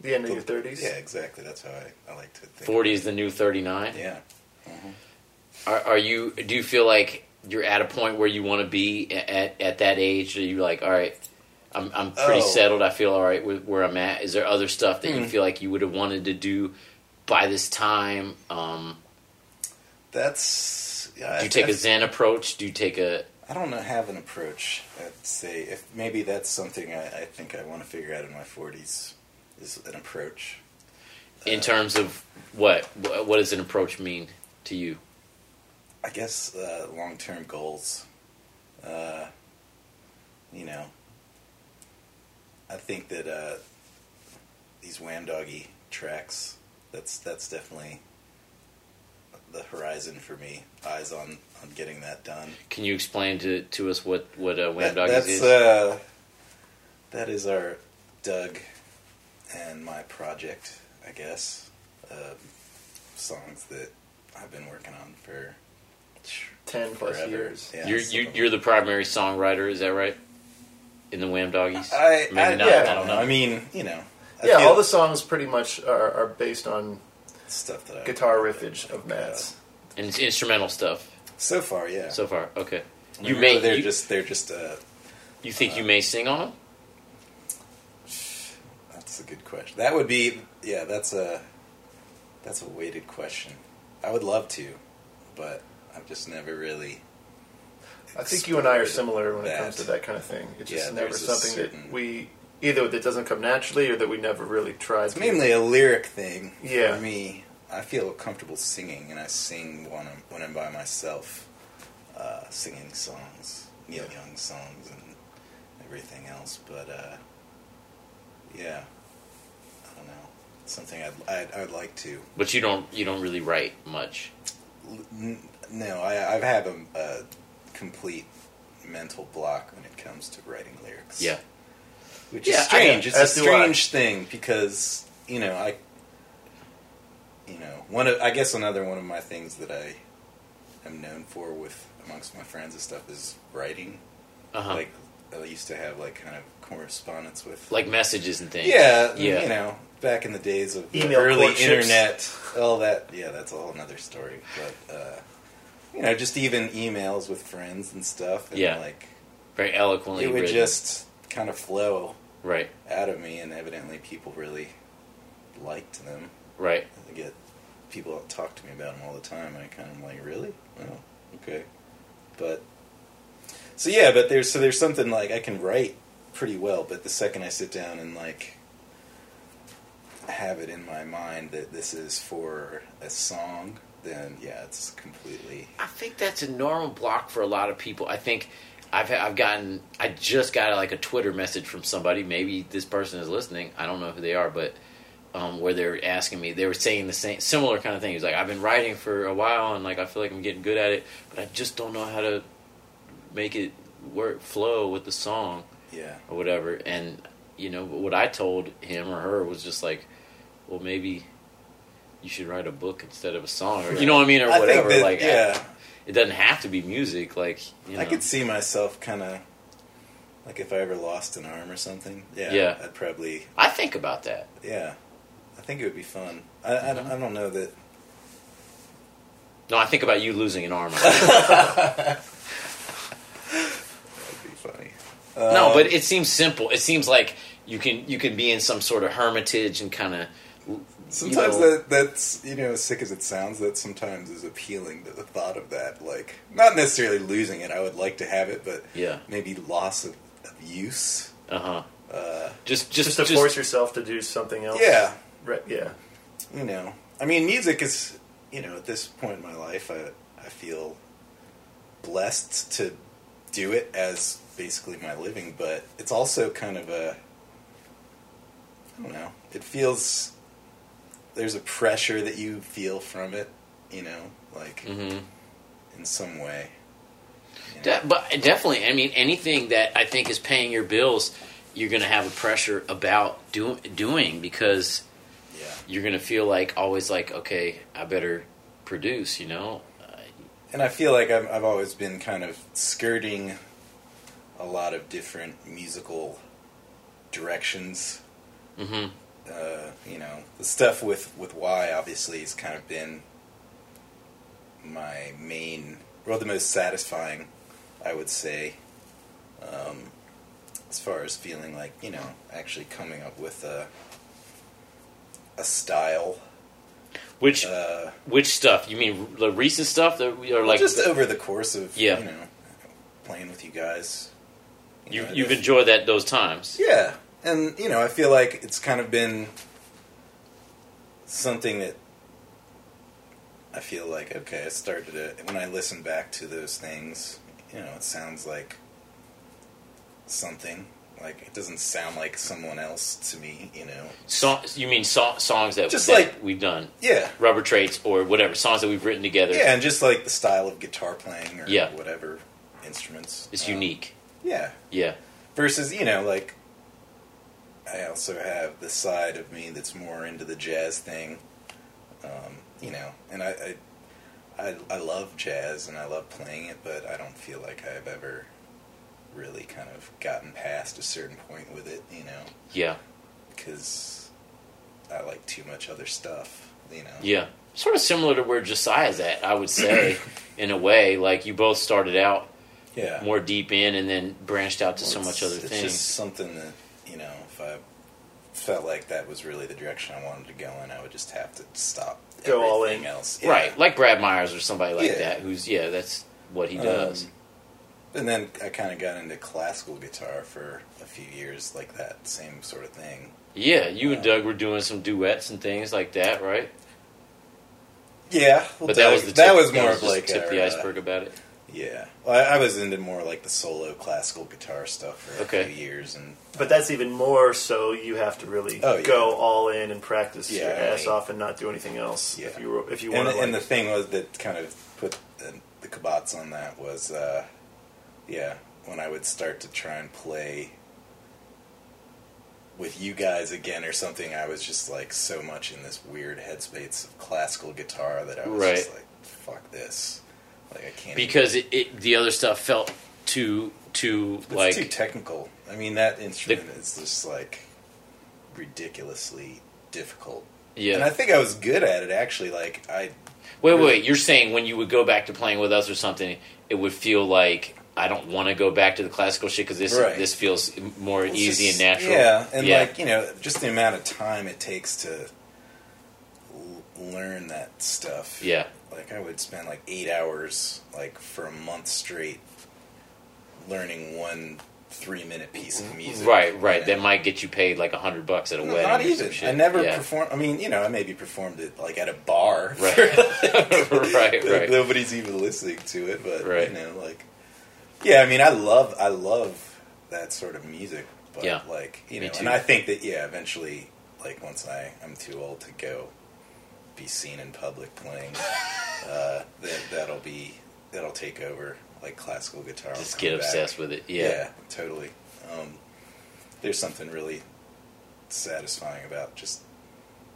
Speaker 1: the end of your thirties.
Speaker 4: Yeah, exactly. That's how I, I like to think.
Speaker 2: forty is the new thirty nine.
Speaker 4: Yeah,
Speaker 2: Are, are you? Do you feel like you're at a point where you want to be a- at at that age? Are you like, all right, I'm I'm pretty
Speaker 4: Oh. Mm-hmm.
Speaker 2: settled. I feel all right with where I'm at. Is there other stuff that you feel like you would have wanted to do by this time? Um,
Speaker 4: that's. Yeah,
Speaker 2: do
Speaker 4: I-
Speaker 2: you take
Speaker 4: I-
Speaker 2: a Zen approach? Do you take a
Speaker 4: I don't know. Have an approach. I'd say if maybe that's something I, I think I want to figure out in my forties is an approach.
Speaker 2: in terms of what Wh- what does an approach mean to you
Speaker 4: I guess uh, long term goals. Uh, you know, I think that uh, these wham doggy tracks. That's that's definitely the horizon for me. Eyes on on getting that done.
Speaker 2: can you explain to, to us what what uh, wham
Speaker 4: That-
Speaker 2: dog
Speaker 4: that's
Speaker 2: is
Speaker 4: uh, that is our Doug and my project, I guess. Um, songs that I've been working on for
Speaker 1: Ten plus
Speaker 4: forever.
Speaker 1: years.
Speaker 4: Yeah,
Speaker 2: you're
Speaker 4: something
Speaker 2: you,
Speaker 4: like
Speaker 2: you're the primary songwriter is that right in the wham doggies
Speaker 4: I,
Speaker 2: Maybe
Speaker 4: I,
Speaker 2: not,
Speaker 4: yeah,
Speaker 1: I
Speaker 2: don't know.
Speaker 4: I mean, you know, I
Speaker 1: yeah,
Speaker 4: feel
Speaker 1: all the songs pretty much are, are based on
Speaker 4: stuff that I,
Speaker 1: guitar riffage of Matt's.
Speaker 2: and it's instrumental stuff
Speaker 4: So far, yeah.
Speaker 2: so far okay
Speaker 4: I
Speaker 2: you
Speaker 4: mean,
Speaker 2: may
Speaker 4: they're
Speaker 2: you,
Speaker 4: just uh, they're just. Uh,
Speaker 2: you think you may sing on them
Speaker 4: that's a good question. That would be yeah. That's a that's a weighted question. I would love to, but I've just never really
Speaker 1: I think you and I are
Speaker 4: explored
Speaker 1: similar when it
Speaker 4: that.
Speaker 1: comes to that kind of thing. It's just
Speaker 4: Yeah,
Speaker 1: never
Speaker 4: there's a
Speaker 1: something
Speaker 4: certain-
Speaker 1: that we either that doesn't come naturally or that we never really tried.
Speaker 4: It's mainly a lyric thing.
Speaker 1: Yeah.
Speaker 4: For me, I feel comfortable singing, and I sing when I'm when I'm by myself, uh, singing songs, Neil Young songs, and everything else. But uh, yeah, I don't know. It's something I'd I'd, I'd like to.
Speaker 2: But you don't you don't really write much.
Speaker 4: L- n- No, I I've had a, a complete mental block when it comes to writing lyrics.
Speaker 2: Yeah.
Speaker 4: which
Speaker 2: Yeah, I
Speaker 4: is strange.
Speaker 2: know.
Speaker 4: It's a
Speaker 1: As do I.
Speaker 4: strange thing because you know I, you know one of I guess another one of my things that I am known for with amongst my friends and stuff is writing.
Speaker 2: Uh-huh. Like,
Speaker 4: Like I used to have like kind of correspondence with
Speaker 2: messages and things.
Speaker 4: yeah
Speaker 2: Yeah.
Speaker 4: you know back in the days of the
Speaker 1: Email
Speaker 4: early
Speaker 1: courtships.
Speaker 4: internet all that yeah that's a whole another story but uh, you know just even emails with friends and stuff and
Speaker 2: Yeah.
Speaker 4: like
Speaker 2: Very eloquently
Speaker 4: it would
Speaker 2: written.
Speaker 4: just kind of flow
Speaker 2: right.
Speaker 4: out of me, and evidently people really liked them.
Speaker 2: Right.
Speaker 4: I get people that talk to me about them all the time, and I kind of am like, really? Oh, okay. But so yeah, but there's so there's something like I can write pretty well, but the second I sit down and like have it in my mind that this is for a song, then yeah, it's completely
Speaker 2: I think that's a normal block for a lot of people. I think I've I've gotten I just got like a Twitter message from somebody. Maybe this person is listening. I don't know who they are, but um, where they were asking me, they were saying the same similar kind of thing. It was like I've been writing for a while, and like I feel like I'm getting good at it, but I just don't know how to make it work flow with the song
Speaker 4: yeah.
Speaker 2: or whatever. And you know what I told him or her was just like, well, maybe you should write a book instead of a song, or you know what I mean, or
Speaker 4: I
Speaker 2: whatever.
Speaker 4: think that,
Speaker 2: like I-
Speaker 4: yeah.
Speaker 2: it doesn't have to be music like you know
Speaker 4: I could see myself kind of like if I ever lost an arm or something. Yeah,
Speaker 2: Yeah.
Speaker 4: I'd probably
Speaker 2: I think about that
Speaker 4: yeah. I think it would be fun. I, I,
Speaker 2: Mm-hmm.
Speaker 4: don't, I don't
Speaker 2: [LAUGHS]
Speaker 4: know that.
Speaker 2: no i think about you losing an arm
Speaker 4: That'd be funny.
Speaker 2: no
Speaker 4: Um,
Speaker 2: but it seems simple it seems like you can you can be in some sort of hermitage and kind of
Speaker 4: sometimes
Speaker 2: you know-
Speaker 4: that that's you know as sick as it sounds, that sometimes is appealing to the thought of that. Like not necessarily losing it. I would like to have it, but
Speaker 2: yeah
Speaker 4: maybe loss of, of use.
Speaker 2: uh-huh
Speaker 4: Uh,
Speaker 2: just just
Speaker 1: just, to force yourself to do something else.
Speaker 4: yeah,
Speaker 1: Right, yeah.
Speaker 4: you know, I mean, music is, you know, at this point in my life, I I feel blessed to do it as basically my living, but it's also kind of a, I don't know, it feels there's a pressure that you feel from it, you know, like
Speaker 2: hmm
Speaker 4: in some way. you
Speaker 2: De-
Speaker 4: know?
Speaker 2: but definitely i mean anything that i think is paying your bills you're gonna have a pressure about do- doing because
Speaker 4: yeah,
Speaker 2: you're gonna feel like always like okay i better produce you know
Speaker 4: and I feel like I've I've always been kind of skirting a lot of different musical directions
Speaker 2: hmm
Speaker 4: uh, you know, the stuff with with Y obviously has kind of been my main, well, the most satisfying, I would say, um, as far as feeling like you know actually coming up with a a style,
Speaker 2: which
Speaker 4: uh,
Speaker 2: Which stuff? You mean the recent stuff that we are like?
Speaker 4: just over the course of
Speaker 2: Yeah.
Speaker 4: you know playing with you guys.
Speaker 2: you,
Speaker 4: know,
Speaker 2: you've
Speaker 4: if-
Speaker 2: enjoyed that those times.
Speaker 4: Yeah, and you know, I feel like it's kind of been something that I feel like okay, I started it when I listen back to those things. You know, it sounds like something. Like it doesn't sound like someone else to me. You know.
Speaker 2: So, you mean so, songs that
Speaker 4: Just
Speaker 2: that
Speaker 4: like-
Speaker 2: we've done
Speaker 4: Yeah.
Speaker 2: rubber traits or whatever songs that we've written together.
Speaker 4: Yeah, and just like the style of guitar playing or
Speaker 2: Yeah.
Speaker 4: whatever instruments.
Speaker 2: it's
Speaker 4: Um,
Speaker 2: unique.
Speaker 4: Yeah.
Speaker 2: Yeah,
Speaker 4: versus you know like i also have the side of me that's more into the jazz thing um, you know and I, I i i love jazz and i love playing it but i don't feel like i've ever really kind of gotten past a certain point with it you know
Speaker 2: yeah,
Speaker 4: because i like too much other stuff you know
Speaker 2: yeah. Sort of similar to where Josiah's at, I would
Speaker 4: [CLEARS THROAT]
Speaker 2: say, in a way. Like you both started out
Speaker 4: yeah
Speaker 2: more deep in, and then branched out to so
Speaker 4: Well,
Speaker 2: much
Speaker 4: it's-
Speaker 2: other
Speaker 4: it's
Speaker 2: things.
Speaker 4: just something that you know, if I felt like that was really the direction I wanted to go in, I would just have to stop
Speaker 1: Go all
Speaker 4: everything
Speaker 1: in.
Speaker 4: else,
Speaker 2: Right, like Brad Myers or somebody like
Speaker 4: Yeah.
Speaker 2: that. Who's yeah, that's what he
Speaker 4: Um,
Speaker 2: does.
Speaker 4: And then I kind of got into classical guitar for a few years, like that same sort of thing.
Speaker 2: Yeah, you and Doug were doing some duets and things like that, right?
Speaker 4: Yeah, well,
Speaker 2: But that was the tip,
Speaker 4: that was more
Speaker 2: that
Speaker 4: of
Speaker 2: just
Speaker 4: like
Speaker 2: tip
Speaker 4: our,
Speaker 2: the
Speaker 4: uh,
Speaker 2: iceberg about it.
Speaker 4: yeah, well, I, I was into more like the solo classical guitar stuff for
Speaker 2: Okay.
Speaker 4: a few years, and
Speaker 1: But that's even more so you have to really
Speaker 4: Oh, yeah.
Speaker 1: go all in and practice
Speaker 4: Yeah,
Speaker 1: your
Speaker 4: I
Speaker 1: ass
Speaker 4: mean-
Speaker 1: off and not do anything else if
Speaker 4: Yeah.
Speaker 1: you were- if you
Speaker 4: and,
Speaker 1: want to.
Speaker 4: and the thing was that kind of put the, the kibots on that was, uh, yeah, when I would start to try and play with you guys again or something, I was just like so much in this weird headspace of classical guitar that I was just
Speaker 2: Right.
Speaker 4: like, fuck this, like I can't.
Speaker 2: Because it, it the other stuff felt too too
Speaker 4: It's
Speaker 2: like
Speaker 4: too technical. I mean, that instrument is just like ridiculously difficult. And
Speaker 2: yeah.
Speaker 4: I think I was good at it actually. Like I,
Speaker 2: Wait, wait, you're saying when you would go back to playing with us or something, it would feel like I don't want to go back to the classical shit because this
Speaker 4: Right.
Speaker 2: this feels more
Speaker 4: it's
Speaker 2: easy
Speaker 4: just-
Speaker 2: and natural.
Speaker 4: Yeah, and
Speaker 2: Yeah.
Speaker 4: like you know, just the amount of time it takes to l- learn that stuff.
Speaker 2: yeah,
Speaker 4: Like I would spend like eight hours, like for a month straight, learning one three-minute piece of music.
Speaker 2: right, right.
Speaker 4: you know?
Speaker 2: That might get you paid like a hundred bucks at a
Speaker 4: No,
Speaker 2: wedding.
Speaker 4: Not
Speaker 2: or
Speaker 4: even.
Speaker 2: Some shit.
Speaker 4: I never
Speaker 2: Yeah.
Speaker 4: performed. I mean, you know, I maybe performed it like at a bar. [LAUGHS]
Speaker 2: Right. [LAUGHS] Right, right.
Speaker 4: Nobody's even listening to it, but
Speaker 2: Right.
Speaker 4: you know, like, yeah. I mean, I love, I love that sort of music, but
Speaker 2: Yeah.
Speaker 4: like, you
Speaker 2: Me
Speaker 4: know,
Speaker 2: too.
Speaker 4: and I think that yeah, eventually, like, once I I'm too old to go be seen in
Speaker 2: [LAUGHS]
Speaker 4: public playing, uh, that that'll be that'll take over like classical guitar. will
Speaker 2: Just
Speaker 4: come
Speaker 2: get
Speaker 4: back.
Speaker 2: obsessed with it.
Speaker 4: Yeah,
Speaker 2: Yeah.
Speaker 4: totally. Um, there's something really satisfying about just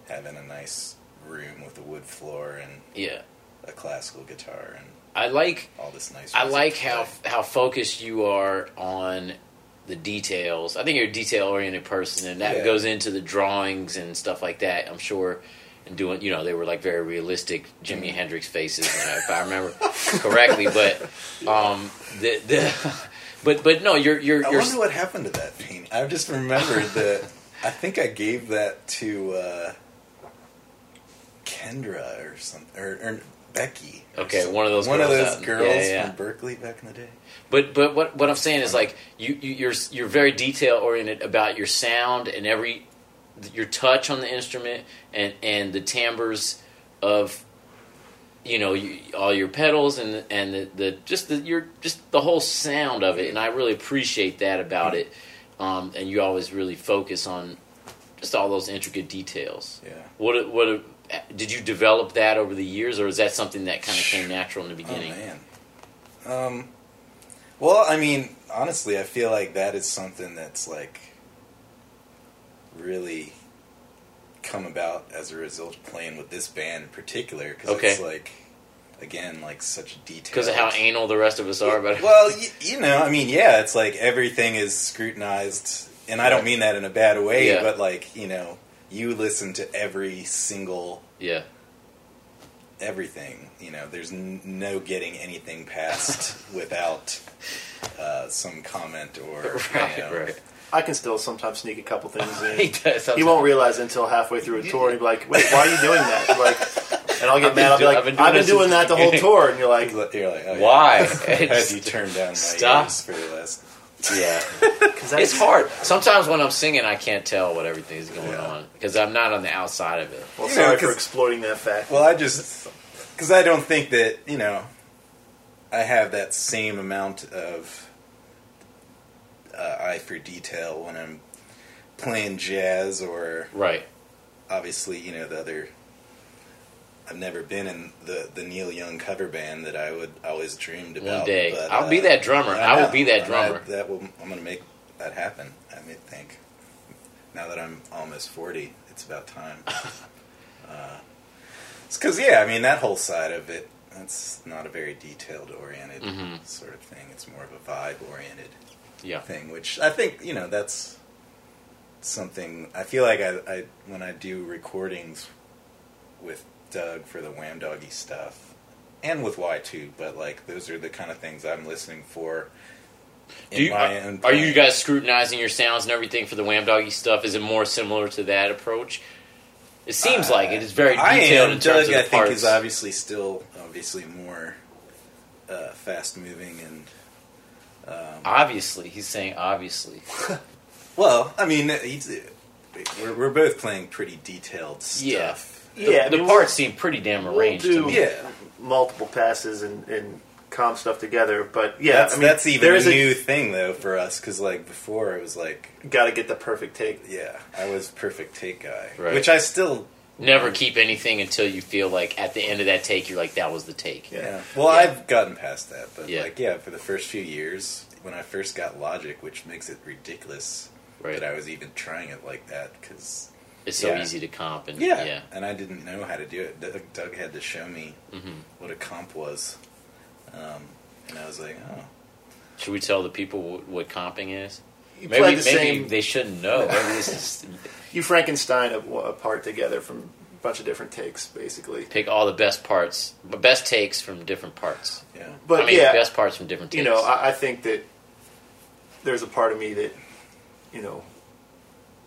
Speaker 4: having a nice room with a wood floor and
Speaker 2: yeah,
Speaker 4: a classical guitar and
Speaker 2: I like
Speaker 4: all this nice.
Speaker 2: I
Speaker 4: music
Speaker 2: like
Speaker 4: to
Speaker 2: how
Speaker 4: play.
Speaker 2: how focused you are on the details. I think you're a detail oriented person, and that
Speaker 4: Yeah.
Speaker 2: goes into the drawings and stuff like that. I'm sure. And doing, you know, they were like very realistic
Speaker 4: Mm.
Speaker 2: Jimi Hendrix faces, you know, if I remember [LAUGHS] correctly. But, um, the, the, [LAUGHS] but but no, you're you're
Speaker 4: I
Speaker 2: you're
Speaker 4: wonder what happened to that painting. I've
Speaker 2: [LAUGHS]
Speaker 4: just remembered that. I think I gave that to uh, Kendra or something, or, or Becky. or
Speaker 2: Okay,
Speaker 4: some-
Speaker 2: one of those
Speaker 4: one
Speaker 2: girls
Speaker 4: of
Speaker 2: out
Speaker 4: those
Speaker 2: in-
Speaker 4: girls
Speaker 2: yeah, yeah.
Speaker 4: from Berkeley back in the day.
Speaker 2: But but what what I'm saying is like you, you you're you're very detail oriented about your sound and every your touch on the instrument and and the timbres of you know you, all your pedals and and the, the just the your just the whole sound of it and I really appreciate that about it um, and you always really focus on just all those intricate details.
Speaker 4: Yeah.
Speaker 2: What a- what a- did you develop that over the years or is that something that kind of came natural in the beginning?
Speaker 4: Oh man. Oh, Um, well, I mean, honestly, I feel like that is something that's like really come about as a result of playing with this band in particular because it's
Speaker 2: Okay.
Speaker 4: like again like such detail
Speaker 2: Because of how anal the rest of us are
Speaker 4: [LAUGHS]
Speaker 2: about [LAUGHS] it.
Speaker 4: well, y- you know, I mean, yeah, it's like everything is scrutinized, and I don't mean that in a bad way,
Speaker 2: Yeah.
Speaker 4: but like you know, you listen to every single
Speaker 2: yeah.
Speaker 4: everything. You know, there's n- no getting
Speaker 2: [LAUGHS]
Speaker 4: anything past without uh, some comment or
Speaker 2: [LAUGHS] [LAUGHS] Right,
Speaker 4: you know,
Speaker 2: right.
Speaker 1: I can still sometimes sneak a couple
Speaker 2: [LAUGHS]
Speaker 1: things
Speaker 2: He
Speaker 1: in.
Speaker 2: does.
Speaker 1: He won't realize until halfway through a tour, and he'll be like, "Wait, why are you doing that?" Like, and I'll get
Speaker 2: I've been
Speaker 1: mad. I'll be
Speaker 2: do-
Speaker 1: like,
Speaker 2: I've
Speaker 1: "I've
Speaker 2: been
Speaker 1: been
Speaker 2: doing
Speaker 1: doing,
Speaker 2: this
Speaker 1: that
Speaker 2: since the
Speaker 1: the whole
Speaker 2: beginning."
Speaker 1: tour," and you're like,
Speaker 4: You're like, oh, [LAUGHS]
Speaker 2: Why?
Speaker 4: Yeah. Had
Speaker 2: It's-
Speaker 4: you turned down my
Speaker 2: Stop.
Speaker 4: ears for the last?
Speaker 2: Yeah,
Speaker 1: "'Cause that's-
Speaker 2: it's hard. Sometimes when I'm singing, I can't tell what everything's going
Speaker 4: Yeah.
Speaker 2: on because I'm not on the outside of it.
Speaker 1: Well,
Speaker 4: You know,
Speaker 1: sorry for
Speaker 4: 'cause-
Speaker 1: exploiting that fact.
Speaker 4: Well, I just because I don't think that you know I have that same amount of uh, eye for detail when I'm playing jazz or
Speaker 2: Right.
Speaker 4: obviously you know the other. I've never been in the, the Neil Young cover band that I would always dreamed
Speaker 2: One
Speaker 4: about.
Speaker 2: day.
Speaker 4: but, uh,
Speaker 2: I'll be that drummer. I will
Speaker 4: know.
Speaker 2: be that
Speaker 4: And
Speaker 2: drummer.
Speaker 4: I, that will. I'm going to make that happen. I may think. Now that I'm almost forty, it's
Speaker 2: [LAUGHS]
Speaker 4: about time. uh, it's because yeah, I mean that whole side of it. That's not a very detailed oriented
Speaker 2: Mhm.
Speaker 4: sort of thing. It's more of a vibe oriented
Speaker 2: Yeah.
Speaker 4: thing, which I think you know that's something. I feel like I, I when I do recordings with Doug for the Wham Doggy stuff, and with Y two, but like those are the kind of things I'm listening for.
Speaker 2: Do you, are, are you guys scrutinizing your sounds and everything for the Wham Doggy stuff? Is it more similar to that approach? It seems like it. It's very
Speaker 4: Uh, I
Speaker 2: detailed
Speaker 4: am.
Speaker 2: in terms
Speaker 4: Doug,
Speaker 2: of
Speaker 4: I
Speaker 2: the
Speaker 4: think
Speaker 2: parts.
Speaker 4: is obviously still obviously more uh, fast moving and
Speaker 2: Obviously, he's saying obviously.
Speaker 4: Well, I mean, he's, we're, we're both playing pretty detailed stuff.
Speaker 2: Yeah, the,
Speaker 1: Yeah, I
Speaker 2: the
Speaker 1: mean,
Speaker 2: parts seem pretty damn
Speaker 1: we'll
Speaker 2: arranged
Speaker 1: do-
Speaker 2: to me.
Speaker 1: Yeah.
Speaker 4: Yeah.
Speaker 1: multiple passes and, and calm stuff together. But yeah,
Speaker 4: That's,
Speaker 1: I mean,
Speaker 4: that's even
Speaker 1: there
Speaker 4: a
Speaker 1: is
Speaker 4: new thing, though, for us, because, like, before it was like,
Speaker 1: Got to get the perfect take.
Speaker 4: yeah, I was perfect take guy.
Speaker 2: Right.
Speaker 4: Which I still,
Speaker 2: Never keep anything until you feel like at the end of that take, you're like, that was the take.
Speaker 1: Yeah.
Speaker 4: yeah. Well, I've gotten past that, but,
Speaker 2: Yeah.
Speaker 4: like, yeah, for the first few years, when I first got Logic, which makes it ridiculous
Speaker 2: Right.
Speaker 4: that I was even trying it like that, because
Speaker 2: It's so
Speaker 4: Yeah.
Speaker 2: easy to comp and
Speaker 4: Yeah.
Speaker 2: yeah.
Speaker 4: And I didn't know how to do it. Doug, Doug had to show me
Speaker 2: Mm-hmm.
Speaker 4: what a comp was. Um, and I was like, oh.
Speaker 2: Should we tell the people what, what comping is?
Speaker 1: You
Speaker 2: maybe
Speaker 1: play
Speaker 2: maybe
Speaker 1: the same.
Speaker 2: they shouldn't
Speaker 1: [LAUGHS]
Speaker 2: know. Maybe this is-
Speaker 1: You Frankenstein a, a part together from a bunch of different takes, basically.
Speaker 2: pick all the best parts, the best takes from different parts.
Speaker 4: Yeah.
Speaker 1: But
Speaker 2: I mean,
Speaker 1: yeah,
Speaker 2: the best parts from different takes.
Speaker 1: you know, I, I think that there's a part of me that you know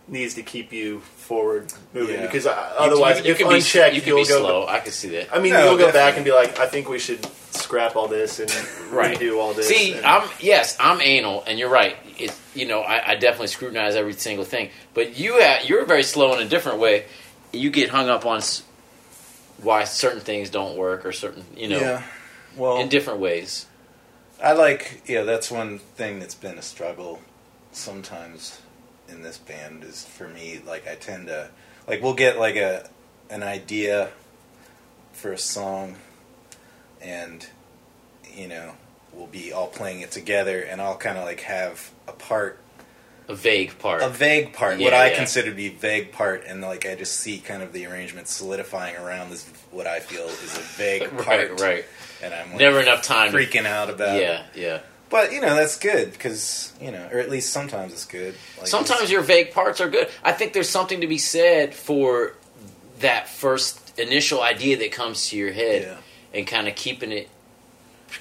Speaker 1: needs to keep you forward moving
Speaker 4: Yeah.
Speaker 1: because I,
Speaker 2: You-
Speaker 1: otherwise,
Speaker 2: you, you
Speaker 1: if
Speaker 2: can
Speaker 1: unchecked,
Speaker 2: be, you can
Speaker 1: will
Speaker 2: be
Speaker 1: go.
Speaker 2: slow. I can see that.
Speaker 1: I mean,
Speaker 4: No,
Speaker 1: you'll go back
Speaker 4: definitely.
Speaker 1: and be like, "I think we should scrap all this and
Speaker 2: [LAUGHS] Right.
Speaker 1: redo all this."
Speaker 2: See,
Speaker 1: and- [LAUGHS]
Speaker 2: I'm yes, I'm anal, and you're right. It, you know, I, I definitely scrutinize every single thing. But you, ha- you're very slow in a different way. You get hung up on s- why certain things don't work or certain, you know,
Speaker 4: Yeah. Well,
Speaker 2: in different ways.
Speaker 4: I like, yeah, that's one thing that's been a struggle sometimes in this band is for me, like, I tend to, like, we'll get, like, a an idea for a song and, you know, we'll be all playing it together and I'll kind of, like, have a part
Speaker 2: A vague part.
Speaker 4: a vague part, what
Speaker 2: Yeah,
Speaker 4: I
Speaker 2: yeah.
Speaker 4: consider to be vague part, and like I just see kind of the arrangement solidifying around this what I feel is a vague part,
Speaker 2: [LAUGHS] right, right.
Speaker 4: And I'm like,
Speaker 2: Never enough time. to-
Speaker 4: freaking out about.
Speaker 2: yeah, yeah.
Speaker 4: but you know that's good because you know, or at least sometimes it's good. Like,
Speaker 2: Sometimes your vague parts are good. I think there's something to be said for that first initial idea that comes to your head
Speaker 4: Yeah.
Speaker 2: and kind of keeping it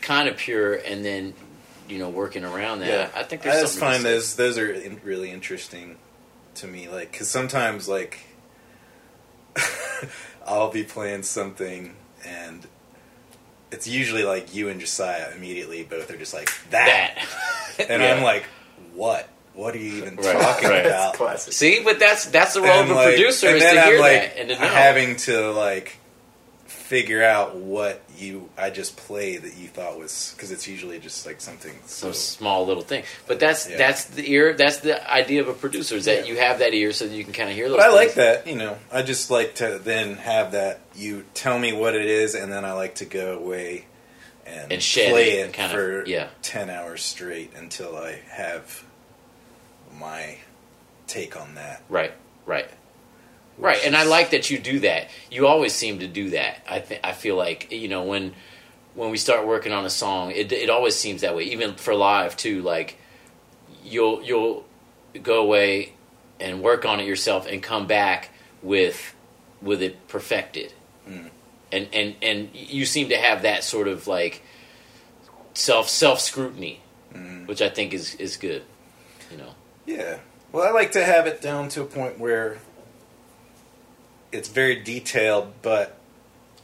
Speaker 2: kind of pure and then, you know, working around that.
Speaker 4: Yeah.
Speaker 2: I think
Speaker 4: I
Speaker 2: there's
Speaker 4: just
Speaker 2: something
Speaker 4: find
Speaker 2: to be said.
Speaker 4: those those are in, really interesting to me, like because sometimes like [LAUGHS] I'll be playing something and. It's usually like you and Josiah immediately both are just like
Speaker 2: that.
Speaker 4: [LAUGHS]
Speaker 2: [LAUGHS]
Speaker 4: and
Speaker 2: Yeah.
Speaker 4: I'm like, what? What are you even
Speaker 2: Right,
Speaker 4: talking
Speaker 2: right.
Speaker 4: about?
Speaker 1: It's classic.
Speaker 2: See, but that's that's the role
Speaker 4: And,
Speaker 2: of a
Speaker 4: like-
Speaker 2: producer
Speaker 4: and
Speaker 2: is to
Speaker 4: then
Speaker 2: hear
Speaker 4: I'm like
Speaker 2: that and to know.
Speaker 4: having to like figure out what you I just played that you thought was because it's usually just like something so
Speaker 2: some small little thing, but that's
Speaker 4: Yeah.
Speaker 2: that's the ear. That's the idea of a producer is that
Speaker 4: Yeah.
Speaker 2: you have that ear so that you can kind of hear those.
Speaker 4: But I like
Speaker 2: things.
Speaker 4: that, you know. I just like to then have that. You tell me what it is, and then I like to go away and,
Speaker 2: And shed
Speaker 4: play
Speaker 2: it
Speaker 4: it,
Speaker 2: and kind of-
Speaker 4: for
Speaker 2: yeah.
Speaker 4: ten hours straight until I have my take on that.
Speaker 2: Right, right, right. And I
Speaker 4: is-
Speaker 2: like that you do that. You always seem to do that. I think I feel like you know when when we start working on a song, it it always seems that way. Even for live too, like you'll you'll go away and work on it yourself and come back with with it perfected. And and and you seem to have that sort of like self self scrutiny, which I think is is good. You know.
Speaker 4: Yeah. Well, I like to have it down to a point where it's very detailed, but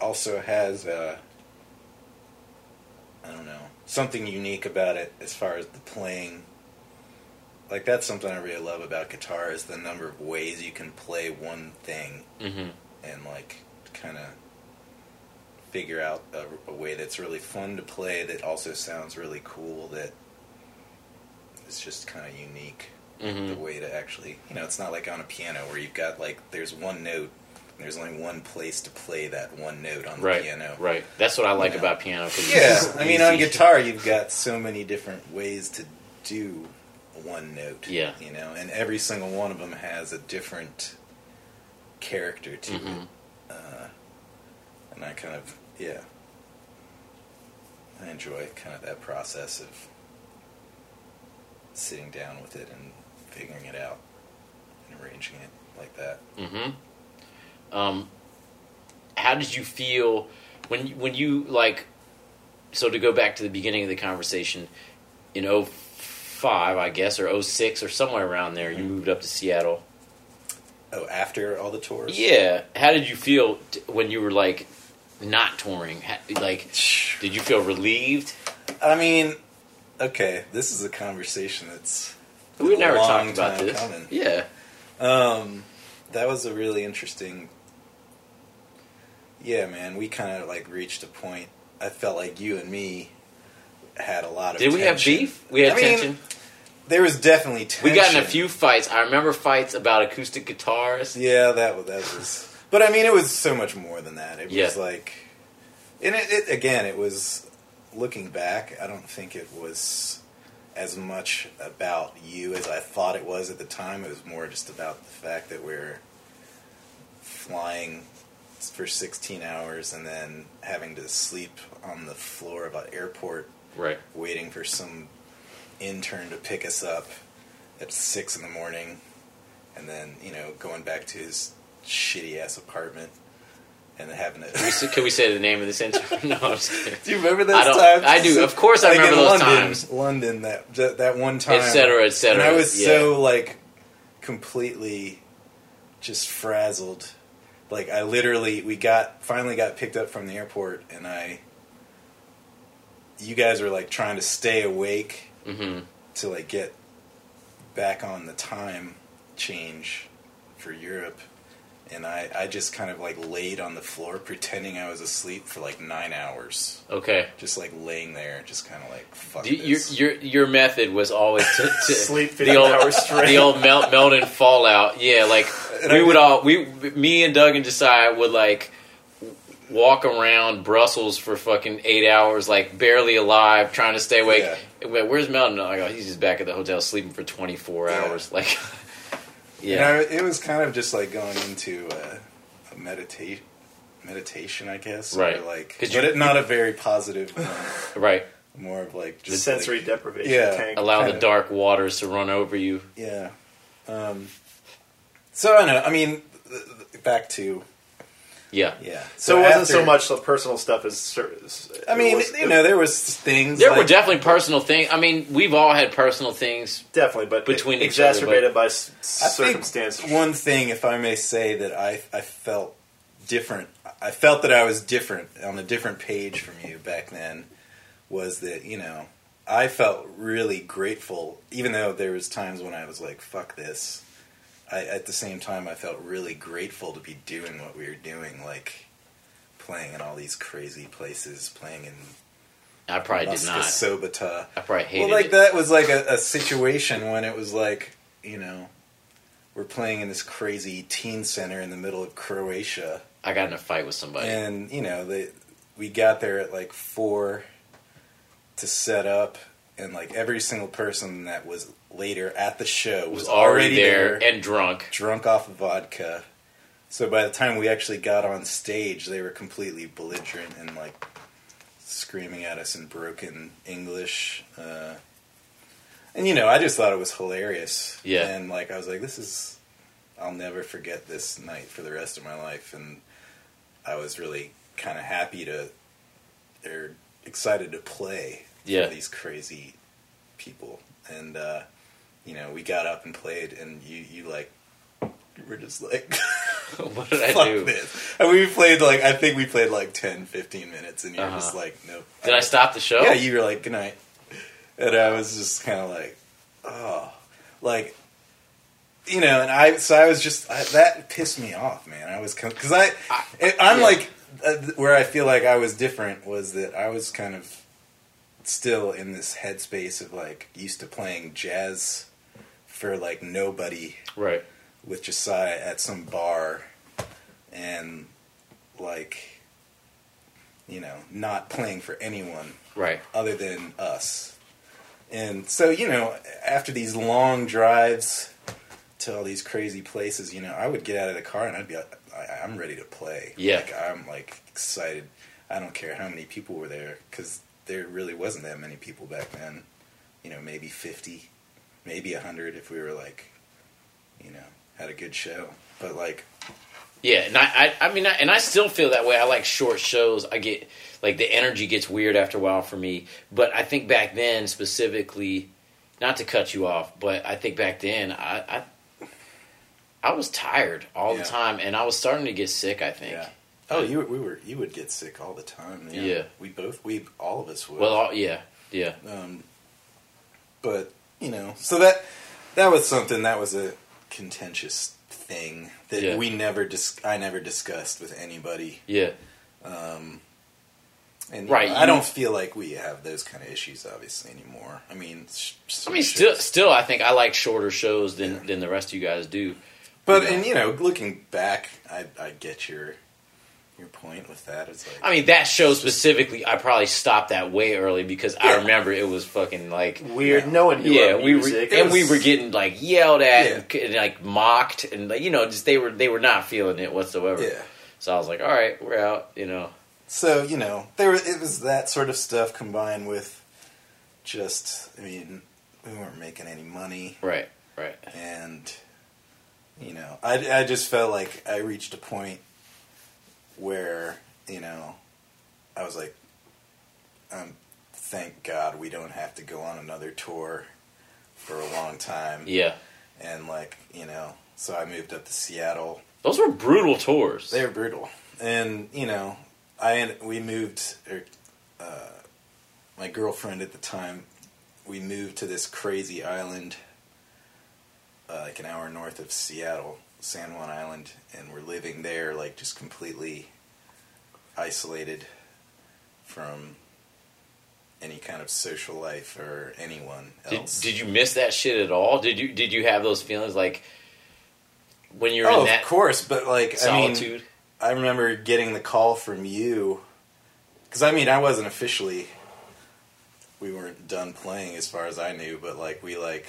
Speaker 4: also has uh, I don't know something unique about it as far as the playing. Like that's something I really love about guitar is the number of ways you can play one thing
Speaker 2: Mm-hmm.
Speaker 4: and like kind of figure out a, a way that's really fun to play that also sounds really cool that it's just kind of unique
Speaker 2: Mm-hmm.
Speaker 4: the way to actually you know it's not like on a piano where you've got like there's one note and there's only one place to play that one note on the
Speaker 2: right,
Speaker 4: piano
Speaker 2: Right. That's what I like
Speaker 4: Yeah.
Speaker 2: about piano. 'cause it's
Speaker 4: yeah
Speaker 2: just
Speaker 4: i mean on
Speaker 2: easy.
Speaker 4: guitar you've got so many different ways to do one note
Speaker 2: Yeah.
Speaker 4: you know and every single one of them has a different character to it
Speaker 2: Mhm.
Speaker 4: uh, and i kind of yeah i enjoy kind of that process of sitting down with it and figuring it out and arranging it like that
Speaker 2: Mm-hmm. Um, how did you feel when when you like? So to go back to the beginning of the conversation, in 05, I guess, or 06, or somewhere around there,
Speaker 4: Mm-hmm.
Speaker 2: you moved up to Seattle.
Speaker 4: oh after all the tours
Speaker 2: Yeah. How did you feel t- when you were like not touring? Ha- Like, did you feel relieved?
Speaker 4: I mean, okay, this is a conversation that's been
Speaker 2: We
Speaker 4: a
Speaker 2: never
Speaker 4: long
Speaker 2: talked about
Speaker 4: time
Speaker 2: this.
Speaker 4: coming.
Speaker 2: Yeah.
Speaker 4: Um, that was a really interesting. Yeah, man, we kind of like reached a point. I felt like you and me had a lot of.
Speaker 2: Did we have
Speaker 4: tension.
Speaker 2: beef? We had
Speaker 4: I mean,
Speaker 2: tension.
Speaker 4: There was definitely tension.
Speaker 2: we got in a few fights. I remember fights about acoustic guitars.
Speaker 4: Yeah, that wa- that was. But I mean, it was so much more than that. It
Speaker 2: Yeah.
Speaker 4: was like, and it, it again, it was looking back. I don't think it was as much about you as I thought it was at the time. It was more just about the fact that we're flying for 16 hours and then having to sleep on the floor of an airport
Speaker 2: Right.
Speaker 4: waiting for some intern to pick us up at six in the morning, and then you know going back to his shitty ass apartment and then having
Speaker 2: We
Speaker 4: to.
Speaker 2: s- Can we say the name of this intern? [LAUGHS] No, I'm just kidding.
Speaker 4: do you remember
Speaker 2: I
Speaker 4: those
Speaker 2: don't-
Speaker 4: times?
Speaker 2: I do. Of course I
Speaker 4: Like, in
Speaker 2: remember those
Speaker 4: London,
Speaker 2: times.
Speaker 4: London, that that that one time,
Speaker 2: Et cetera, et cetera,
Speaker 4: And I was
Speaker 2: yeah.
Speaker 4: so like completely just frazzled. Like I literally, we got finally got picked up from the airport, and I. You guys were like trying to stay awake
Speaker 2: Mhm.
Speaker 4: to like get back on the time change for Europe. And I, I just kind of like laid on the floor pretending I was asleep for like nine hours.
Speaker 2: Okay.
Speaker 4: Just like laying there, just kind of like, fuck
Speaker 2: Do- Your,
Speaker 4: this.
Speaker 2: your your method was always to,
Speaker 4: [LAUGHS]
Speaker 2: to
Speaker 1: Sleep
Speaker 2: the
Speaker 1: 15
Speaker 2: old
Speaker 1: hours straight.
Speaker 2: the old melt, Melton fallout. Yeah, like
Speaker 4: And
Speaker 2: we
Speaker 4: I
Speaker 2: would
Speaker 4: did-
Speaker 2: all we me and Doug and Josiah would like walk around Brussels for fucking eight hours, like barely alive, trying to stay awake. Wait, where's Melton? I go, he's just back at the hotel sleeping for twenty four
Speaker 4: Yeah.
Speaker 2: hours. Like, [LAUGHS]
Speaker 4: And
Speaker 2: yeah,
Speaker 4: I- it was kind of just like going into uh, a meditate meditation, I guess.
Speaker 2: Right.
Speaker 4: Or like,
Speaker 2: 'Cause
Speaker 4: but
Speaker 2: you-
Speaker 4: it, not a very positive one.
Speaker 2: right.
Speaker 4: More of like just like-
Speaker 1: sensory deprivation
Speaker 4: Yeah.
Speaker 1: tank.
Speaker 2: Allow the
Speaker 4: Kinda.
Speaker 2: dark waters to run over you.
Speaker 4: Yeah. Um, so I don't know. I mean, th- th- back to
Speaker 2: Yeah.
Speaker 4: yeah.
Speaker 1: So it wasn't so
Speaker 4: after-
Speaker 1: much the personal stuff as. ser- as-
Speaker 4: I mean,
Speaker 1: it was-
Speaker 4: you know, there was things.
Speaker 2: There
Speaker 4: like,
Speaker 2: were definitely personal things. I mean, we've all had personal things.
Speaker 1: definitely, but
Speaker 2: Between
Speaker 1: it-
Speaker 2: each other,
Speaker 1: exacerbated by s-
Speaker 4: I think
Speaker 1: circumstances.
Speaker 4: One thing, if I may say, that I I felt different. I felt that I was different on a different page from you back then. Was that you know I felt really grateful, even though there was times when I was like, "Fuck this." I, at the same time, I felt really grateful to be doing what we were doing, like playing in all these crazy places, playing in
Speaker 2: I probably did
Speaker 4: Mosca
Speaker 2: not.
Speaker 4: Sobota.
Speaker 2: I probably hated
Speaker 4: Well, like
Speaker 2: it.
Speaker 4: that was like a, a situation when it was like you know we're playing in this crazy teen center in the middle of Croatia,
Speaker 2: I got in a fight with somebody.
Speaker 4: and you know they we got there at like four to set up, and like every single person that was later at the show was,
Speaker 2: was already there, and drunk. [LAUGHS]
Speaker 4: drunk off of vodka. So by the time we actually got on stage, they were completely belligerent and like screaming at us in broken English. Uh, and you know, I just thought it was hilarious.
Speaker 2: Yeah.
Speaker 4: And like, I was like, this is, I'll never forget this night for the rest of my life. And I was really kind of happy to, they're excited to play
Speaker 2: Yeah.
Speaker 4: for these crazy people. And, uh, you know, we got up and played, and you, you like, were just like, [LAUGHS]
Speaker 2: what did [LAUGHS] I
Speaker 4: fuck
Speaker 2: do?
Speaker 4: this. And we played like I think we played like 10, 15 minutes, and you're
Speaker 2: Uh-huh.
Speaker 4: just like, nope.
Speaker 2: Did I stop the show?
Speaker 4: Yeah, you were like, good night. And I was just kind of like, oh, like, you know. And I so I was just I, that pissed me off, man. I was because I,
Speaker 2: I-
Speaker 4: I I'm
Speaker 2: yeah.
Speaker 4: like uh, where I feel like I was different was that I was kind of still in this headspace of like used to playing jazz for like nobody
Speaker 2: Right.
Speaker 4: with Josiah at some bar and like you know not playing for anyone
Speaker 2: Right.
Speaker 4: other than us and so you know after these long drives to all these crazy places you know i would get out of the car and i'd be like I, i'm ready to play
Speaker 2: Yeah.
Speaker 4: like i'm like excited i don't care how many people were there because there really wasn't that many people back then you know maybe 50 maybe 100 if we were like you know had a good show but like
Speaker 2: Yeah, and I, I, I mean, I, and I still feel that way. I like short shows. I get like the energy gets weird after a while for me. But I think back then specifically, not to cut you off, but I think back then I, I, I was tired all
Speaker 4: Yeah.
Speaker 2: the time, and I was starting to get sick. I think.
Speaker 4: Yeah. Oh, you we were you would get sick all the time. Yeah,
Speaker 2: Yeah.
Speaker 4: we both we all of us would.
Speaker 2: Well, all, yeah, yeah.
Speaker 4: um, But you know, so that that was something that was a contentious thing that
Speaker 2: Yeah.
Speaker 4: we never dis- I never discussed with anybody.
Speaker 2: Yeah.
Speaker 4: And
Speaker 2: Right,
Speaker 4: right, I
Speaker 2: you-
Speaker 4: don't feel like we have those kind of issues obviously anymore. I mean, sh-
Speaker 2: I mean,
Speaker 4: shit.
Speaker 2: still, still, I think I like shorter shows than than the rest of you guys do.
Speaker 4: But
Speaker 2: Yeah.
Speaker 4: and you know, looking back, I I get your your point with that. It's like
Speaker 2: I mean, that show specifically, I probably stopped that way early because I
Speaker 4: Yeah.
Speaker 2: remember it was fucking like.
Speaker 1: Weird. No one knew
Speaker 2: Yeah,
Speaker 1: our
Speaker 2: we were,
Speaker 1: music.
Speaker 2: and we
Speaker 4: was-
Speaker 2: were getting like yelled at
Speaker 4: Yeah.
Speaker 2: and, c- and, like mocked and like, you know just they were they were not feeling it whatsoever.
Speaker 4: yeah.
Speaker 2: So I was like, all right, we're out. You know,
Speaker 4: So you know, there was, it was that sort of stuff combined with just I mean, we weren't making any money,
Speaker 2: right, right.
Speaker 4: and you know, I I just felt like I reached a point where you know I was like, um, thank God we don't have to go on another tour for a long time.
Speaker 2: Yeah,
Speaker 4: and like you know so i moved up to seattle
Speaker 2: those were brutal tours.
Speaker 4: they were brutal and you know i and we moved or, uh, my girlfriend at the time we moved to this crazy island uh, like an hour north of seattle san juan island and we're living there like just completely isolated from any kind of social life or anyone
Speaker 2: Did,
Speaker 4: else
Speaker 2: did you miss that shit at all? Did you did you have those feelings like when you're
Speaker 4: oh
Speaker 2: in that
Speaker 4: of course but like i mean
Speaker 2: solitude?
Speaker 4: I remember getting the call from you because I mean I wasn't officially we weren't done playing as far as I knew, but like we like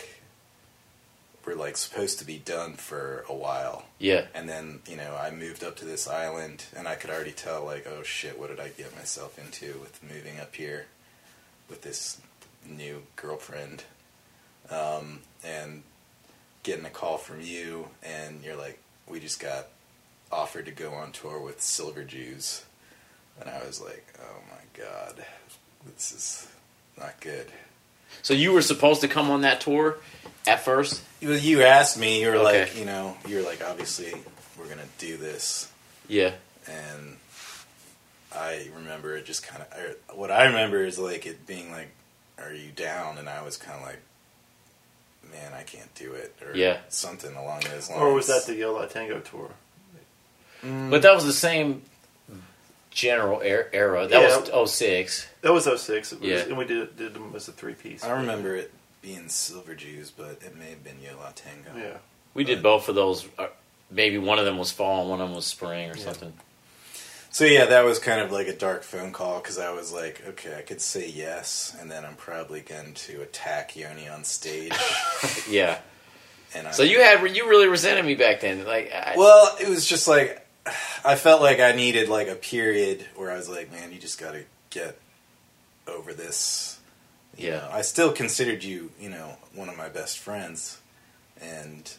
Speaker 4: were like supposed to be done for a while,
Speaker 2: yeah,
Speaker 4: and then you know I moved up to this island, and I could already tell like oh shit, what did I get myself into with moving up here with this new girlfriend, um, and getting a call from you, and you're like we just got offered to go on tour with Silver Jews, and I was like, "Oh my god, this is not good."
Speaker 2: so you were supposed to come on that tour at first.
Speaker 4: You- You asked me, you were
Speaker 2: Okay.
Speaker 4: like, you know, you were like, obviously, we're gonna do this,
Speaker 2: Yeah,
Speaker 4: and I remember it just kind of. What I remember is like it being like, "Are you down?" And I was kind of like, "Man, I can't do it," or
Speaker 2: Yeah.
Speaker 4: something along those lines.
Speaker 1: Or was that the Yola Tango tour?
Speaker 4: Mm.
Speaker 2: but that was the same general er- era. That
Speaker 1: Yeah.
Speaker 2: was 06.
Speaker 1: That was 06. It was,
Speaker 2: Yeah.
Speaker 1: And we did, did them as a three piece.
Speaker 4: I remember it being Silver Jews, but it may have been Yola Tango.
Speaker 1: Yeah.
Speaker 2: We did
Speaker 4: Right.
Speaker 2: both of those. Uh, maybe one of them was fall and one of them was spring or something.
Speaker 4: So yeah, that was kind of like a dark phone call because I was like, okay, I could say yes, and then I'm probably going to attack Yoni on stage.
Speaker 2: Yeah.
Speaker 4: and I,
Speaker 2: So you had you really resented me back then. Like, I,
Speaker 4: well, it was just like I felt like I needed like a period where I was like, man, you just got to get over this. You
Speaker 2: Yeah.
Speaker 4: know, I still considered you, you know, one of my best friends, and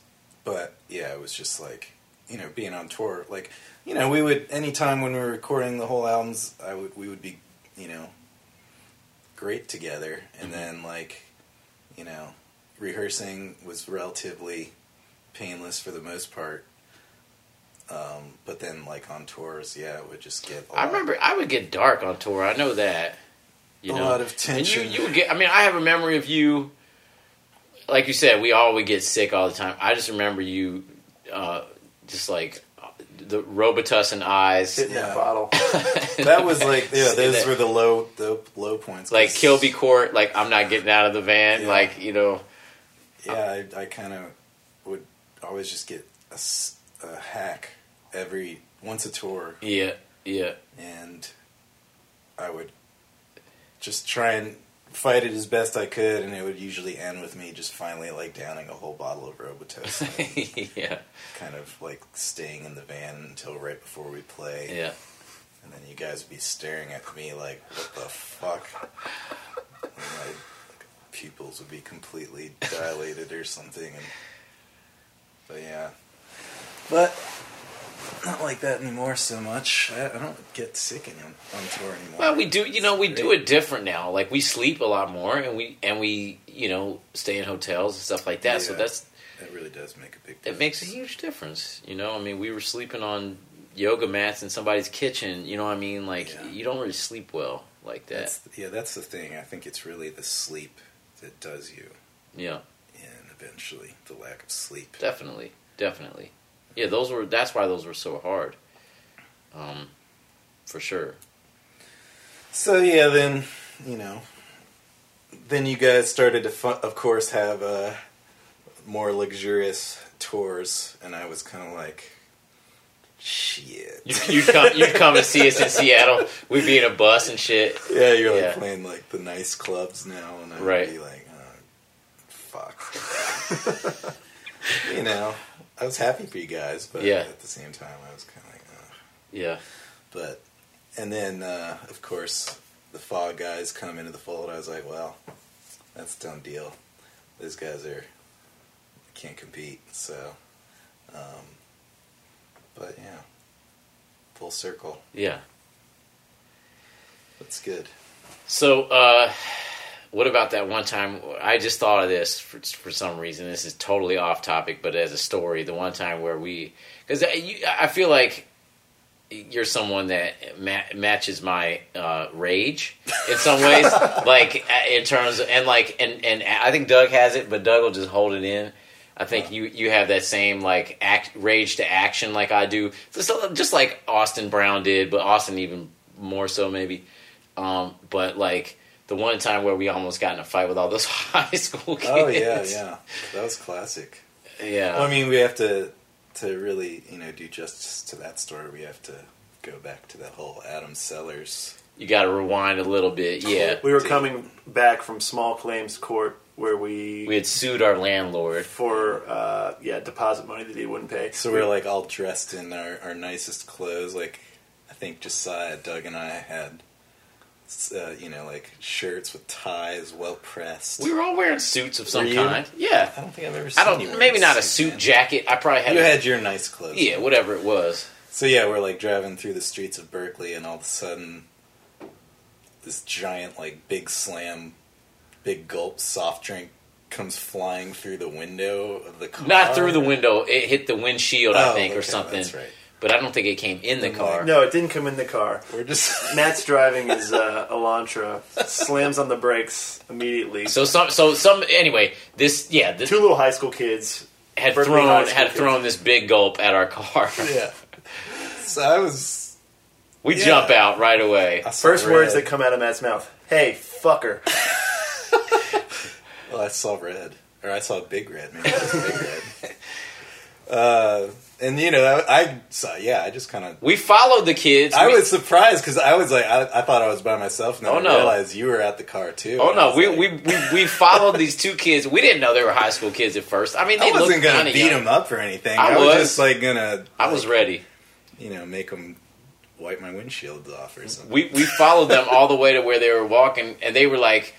Speaker 4: but yeah, it was just like you know being on tour. Like you know, we would anytime when we were recording the whole albums, I would we would be you know great together, and
Speaker 2: Mm-hmm.
Speaker 4: then like you know rehearsing was relatively painless for the most part. Um, but then like on tours, yeah, it would just get. a
Speaker 2: I
Speaker 4: lot-
Speaker 2: remember I would get dark on tour. I know that. You
Speaker 4: A
Speaker 2: know?
Speaker 4: lot of
Speaker 2: And you,
Speaker 4: tension.
Speaker 2: you would get. I mean, I have a memory of you. Like you said, we all would get sick all the time. I just remember you, uh, just like the Robitussin eyes,
Speaker 1: Hitting
Speaker 4: Yeah.
Speaker 1: that bottle.
Speaker 4: that was like yeah,
Speaker 2: Say
Speaker 4: those
Speaker 2: that.
Speaker 4: were the low the low points. 'cause,
Speaker 2: like Kilby Court. Like I'm not getting out of the van.
Speaker 4: Yeah.
Speaker 2: Like you know,
Speaker 4: Yeah, I, I kind of would always just get a, s- a hack every once a tour,
Speaker 2: yeah, yeah, [LAUGHS]
Speaker 4: and I would just try and fight it as best I could, and it would usually end with me just finally like downing a whole bottle of Robitussin,
Speaker 2: [LAUGHS]
Speaker 4: and
Speaker 2: yeah,
Speaker 4: kind of like staying in the van until right before we play.
Speaker 2: yeah.
Speaker 4: And then you guys would be staring at me like, what the fuck? And my pupils would be completely dilated or something. And, but yeah. But not like that anymore so much. I, I don't get sick any, on tour anymore.
Speaker 2: Well, we do. You know, we do
Speaker 4: Great.
Speaker 2: it different now. Like we sleep a lot more, and we and we you know stay in hotels and stuff like that. So
Speaker 4: Yeah.
Speaker 2: that's
Speaker 4: It really does make a big
Speaker 2: It
Speaker 4: difference.
Speaker 2: makes a huge difference. You know, I mean, we were sleeping on yoga mats in somebody's kitchen. You know what I mean? Like,
Speaker 4: Yeah.
Speaker 2: you don't really sleep well like that.
Speaker 4: That's, yeah, that's the thing. I think it's really the sleep that does you.
Speaker 2: Yeah,
Speaker 4: and eventually the lack of sleep.
Speaker 2: definitely, definitely. Yeah, those were. That's why those were so hard. Um, for sure.
Speaker 4: So yeah, then you know, then you guys started to, fu- of course, have uh, more luxurious tours, and I was kind of like, shit.
Speaker 2: [LAUGHS] You, you'd come, you'd come to see us in Seattle. We'd be in a bus and shit.
Speaker 4: [LAUGHS] yeah, you're like
Speaker 2: Yeah.
Speaker 4: playing like the nice clubs now, and I'd
Speaker 2: Right.
Speaker 4: be like, oh, fuck. [LAUGHS] you know, I was happy for you guys, but
Speaker 2: Yeah.
Speaker 4: at the same time, I was kind of like, oh.
Speaker 2: Yeah,
Speaker 4: But and then uh, of course the fog guys come into the fold. I was like, well, that's a done deal. These guys are can't compete. So, um, but yeah, full circle.
Speaker 2: yeah.
Speaker 4: That's good.
Speaker 2: So, uh, what about that one time? I just thought of this for, for some reason. This is totally off topic, but as a story, the one time where we, because I, I feel like you're someone that ma- matches my uh, rage in some
Speaker 4: [LAUGHS]
Speaker 2: ways, like uh, in terms of, and like and and I think Doug has it, but Doug will just hold it in. I think you you have that same like act rage to action like I do, just, just like Austin Brown did, but Austin even more so maybe. Um, but like the one time where we almost got in a fight with all those [LAUGHS] high school kids.
Speaker 4: Oh yeah, yeah. That was classic.
Speaker 2: yeah.
Speaker 4: Well, I mean, we have to to really you know do justice to that story. We have to go back to that whole Adam Sellers.
Speaker 2: you got to rewind a little bit. [LAUGHS] Yeah,
Speaker 1: We were coming back from small claims court where we,
Speaker 2: we had sued our landlord.
Speaker 1: for uh, yeah deposit money that he wouldn't pay.
Speaker 4: So we were like all dressed in our, our nicest clothes. Like I think Josiah, Doug, and I had, uh, you know, like shirts with ties, well pressed.
Speaker 2: We were all wearing suits of some
Speaker 4: Were you?
Speaker 2: kind. Yeah.
Speaker 4: I don't think I've ever. Seen
Speaker 2: I
Speaker 4: you
Speaker 2: don't.
Speaker 4: wear
Speaker 2: Maybe not a
Speaker 4: suit,
Speaker 2: suit
Speaker 4: man.
Speaker 2: jacket. I probably had.
Speaker 4: You
Speaker 2: a-
Speaker 4: had your nice clothes.
Speaker 2: yeah, whatever it was.
Speaker 4: So yeah, we're like driving through the streets of Berkeley, and all of a sudden, this giant, like, big slam, big gulp soft drink comes flying through the window of the car.
Speaker 2: Not through the window. It hit the windshield, I
Speaker 4: Oh,
Speaker 2: think, or
Speaker 4: okay,
Speaker 2: something.
Speaker 4: That's right.
Speaker 2: But I don't think it came in the car.
Speaker 1: No, it didn't come in the car.
Speaker 4: We're just
Speaker 1: Matt's driving his uh, Elantra, slams on the brakes immediately.
Speaker 2: So some. So some. Anyway, this. Yeah, this
Speaker 1: Two little high school kids.
Speaker 2: had
Speaker 1: Berkeley High
Speaker 2: thrown
Speaker 1: School
Speaker 2: had
Speaker 1: kids.
Speaker 2: thrown this big gulp at our car.
Speaker 4: [LAUGHS] yeah. So I was
Speaker 2: [LAUGHS] We
Speaker 4: Yeah.
Speaker 2: jump out right away.
Speaker 4: I saw
Speaker 1: First
Speaker 4: red.
Speaker 1: words that come out of Matt's mouth: "Hey, fucker!"
Speaker 4: Well, I saw red, or I saw big red. Maybe it
Speaker 2: [LAUGHS]
Speaker 4: was big red. Uh, and you know, I, I saw. Yeah, I just kind of.
Speaker 2: We followed the kids.
Speaker 4: I
Speaker 2: We-
Speaker 4: was surprised because I was like, I, I thought I was by myself, and then
Speaker 2: Oh,
Speaker 4: I
Speaker 2: no.
Speaker 4: realized you were at the car too.
Speaker 2: [LAUGHS] Oh
Speaker 4: And I
Speaker 2: no,
Speaker 4: was
Speaker 2: we,
Speaker 4: like,
Speaker 2: we we we followed these two kids. We didn't know they were high school kids at first. I mean, they
Speaker 4: I wasn't
Speaker 2: looked
Speaker 4: gonna
Speaker 2: kinda
Speaker 4: beat
Speaker 2: young.
Speaker 4: him up or anything.
Speaker 2: I
Speaker 4: I, was.
Speaker 2: was.
Speaker 4: just like gonna,
Speaker 2: I was ready.
Speaker 4: you know, make him wipe my windshield off or something.
Speaker 2: we we followed them all the way to where they were walking, and they were like,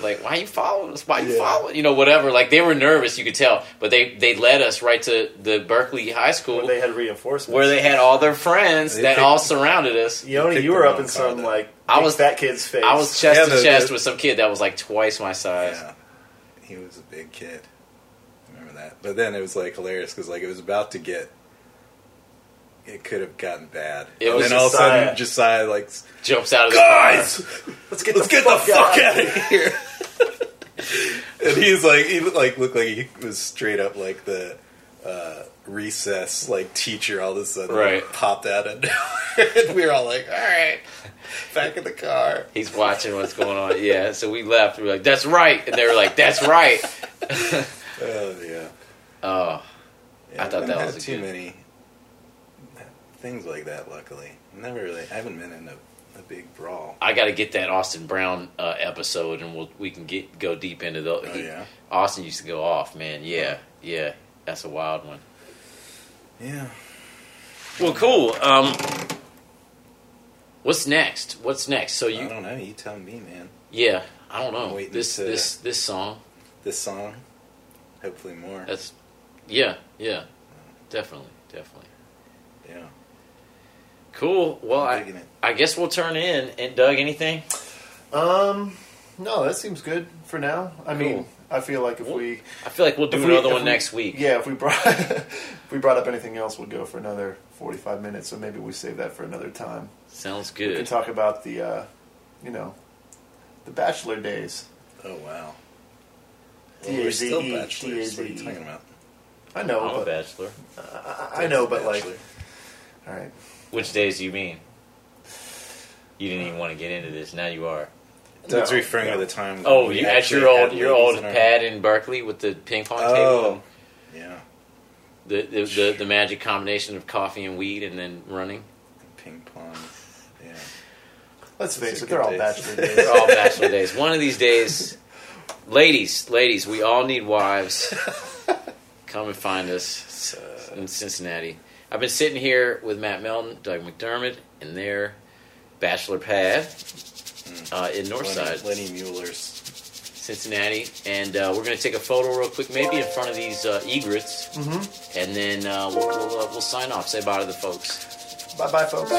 Speaker 2: like, why you following us? Why you
Speaker 4: Yeah.
Speaker 2: following? You know, whatever. Like they were nervous, you could tell, but they they led us right to the Berkeley High School
Speaker 1: Where they had reinforcements.
Speaker 2: had all their friends
Speaker 4: They
Speaker 2: that
Speaker 4: picked-
Speaker 2: all surrounded us.
Speaker 1: Yoni,
Speaker 4: Picked
Speaker 1: you
Speaker 4: the
Speaker 1: were up
Speaker 4: wrong
Speaker 1: in
Speaker 4: car,
Speaker 1: some
Speaker 4: though.
Speaker 1: like
Speaker 2: I
Speaker 1: I
Speaker 2: was-
Speaker 1: was that kid's face.
Speaker 2: I was chest
Speaker 4: Yeah,
Speaker 2: to
Speaker 4: the-
Speaker 2: chest
Speaker 4: the-
Speaker 2: with some kid that was like twice my size.
Speaker 4: Yeah, he was a big kid. I remember that. But then it was like hilarious because like it was about to get. It could have gotten bad.
Speaker 2: It
Speaker 4: and
Speaker 2: was
Speaker 4: then all of a
Speaker 1: Josiah.
Speaker 4: sudden, Josiah like,
Speaker 2: Jumps out of the
Speaker 4: guys,
Speaker 1: let's get
Speaker 4: let's
Speaker 1: the
Speaker 4: get
Speaker 1: fuck
Speaker 4: the fuck
Speaker 1: out.
Speaker 4: out of here. [LAUGHS] and he's like, he like looked like he was straight up like the uh, recess like teacher. All of a sudden, like,
Speaker 2: Right.
Speaker 4: popped out of [LAUGHS] nowhere. and we were all like, all right, back in the car.
Speaker 2: He's watching what's going on. Yeah, so we left. We were like, "That's right," and they were like, "That's right." [LAUGHS]
Speaker 4: Oh yeah.
Speaker 2: Oh, I
Speaker 4: Yeah,
Speaker 2: thought
Speaker 4: haven't
Speaker 2: that
Speaker 4: had
Speaker 2: was a
Speaker 4: too
Speaker 2: good-
Speaker 4: many things like that. Luckily, never really. I haven't been in a, a big brawl.
Speaker 2: I got to get that Austin Brown uh, episode, and we'll we can get go deep into the.
Speaker 4: Oh yeah,
Speaker 2: Austin used to go off, man. Yeah, yeah, that's a wild one.
Speaker 4: yeah.
Speaker 2: Well, cool. Um, what's next? What's next? So
Speaker 4: I
Speaker 2: you,
Speaker 4: don't know. You tell me, man.
Speaker 2: yeah, I don't know.
Speaker 4: waiting
Speaker 2: This
Speaker 4: to-
Speaker 2: this this song.
Speaker 4: This song, hopefully more.
Speaker 2: That's yeah, yeah, definitely, definitely.
Speaker 4: yeah,
Speaker 2: Cool. Well,
Speaker 4: I'm
Speaker 2: I,
Speaker 4: digging it.
Speaker 2: I guess we'll turn in. And Doug, anything?
Speaker 1: Um, no, that seems good for now. I mean,
Speaker 2: Cool.
Speaker 1: I feel like if
Speaker 2: Well,
Speaker 1: we
Speaker 2: I feel like we'll do
Speaker 1: If we-
Speaker 2: another
Speaker 1: if
Speaker 2: one
Speaker 1: we-
Speaker 2: next week.
Speaker 1: yeah, if we brought [LAUGHS] if we brought up anything else, we'll go for another forty five minutes. So maybe we save that for another time.
Speaker 2: Sounds
Speaker 1: We can
Speaker 2: good.
Speaker 1: talk about the, uh, you know, the bachelor days.
Speaker 4: Oh wow. Well,
Speaker 1: E,
Speaker 4: we're still
Speaker 1: D-A-Z-E,
Speaker 4: bachelors. What are you
Speaker 1: D-A-Z-E.
Speaker 4: talking about?
Speaker 1: I know,
Speaker 2: I'm a
Speaker 1: but,
Speaker 2: bachelor.
Speaker 1: E. I, I know, but like,
Speaker 4: Bachelor.
Speaker 1: all right.
Speaker 2: Which days do you mean? You didn't even want to get into this. Now you are.
Speaker 4: That's
Speaker 1: No,
Speaker 4: referring
Speaker 1: no.
Speaker 4: to the time. when
Speaker 2: Oh,
Speaker 4: we
Speaker 2: you at
Speaker 4: actually
Speaker 2: your old
Speaker 4: had
Speaker 2: your
Speaker 4: ladies
Speaker 2: old
Speaker 4: in our-
Speaker 2: pad in Berkeley with the ping pong table,
Speaker 4: Oh,
Speaker 2: and
Speaker 4: yeah.
Speaker 2: the, the the the magic combination of coffee and weed, and then running.
Speaker 4: Ping pong. Yeah.
Speaker 1: Let's face
Speaker 4: These are
Speaker 1: it, they're
Speaker 4: good
Speaker 1: all
Speaker 4: days.
Speaker 1: bachelor
Speaker 2: They're
Speaker 1: days.
Speaker 2: all bachelor days. One of these days, ladies, ladies, we all need wives. Come and find us
Speaker 4: So,
Speaker 2: in Cincinnati. I've been sitting here with Matt Melton, Doug McDermott, in their bachelor pad uh, in
Speaker 4: Lenny,
Speaker 2: Northside,
Speaker 4: Lenny Mueller's.
Speaker 2: Cincinnati, and uh, we're going to take a photo real quick, maybe in front of these uh, egrets, and then uh, we'll we'll, uh, we'll sign off. Say bye to the folks.
Speaker 1: bye bye, folks.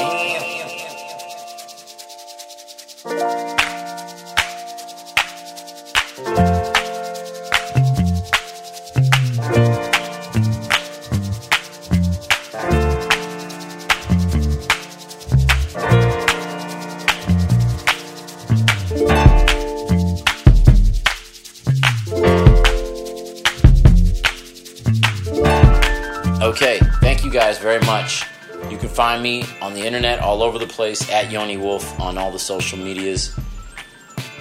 Speaker 2: Okay, thank you guys very much. You can find me on the internet all over the place at Yoni Wolf on all the social medias.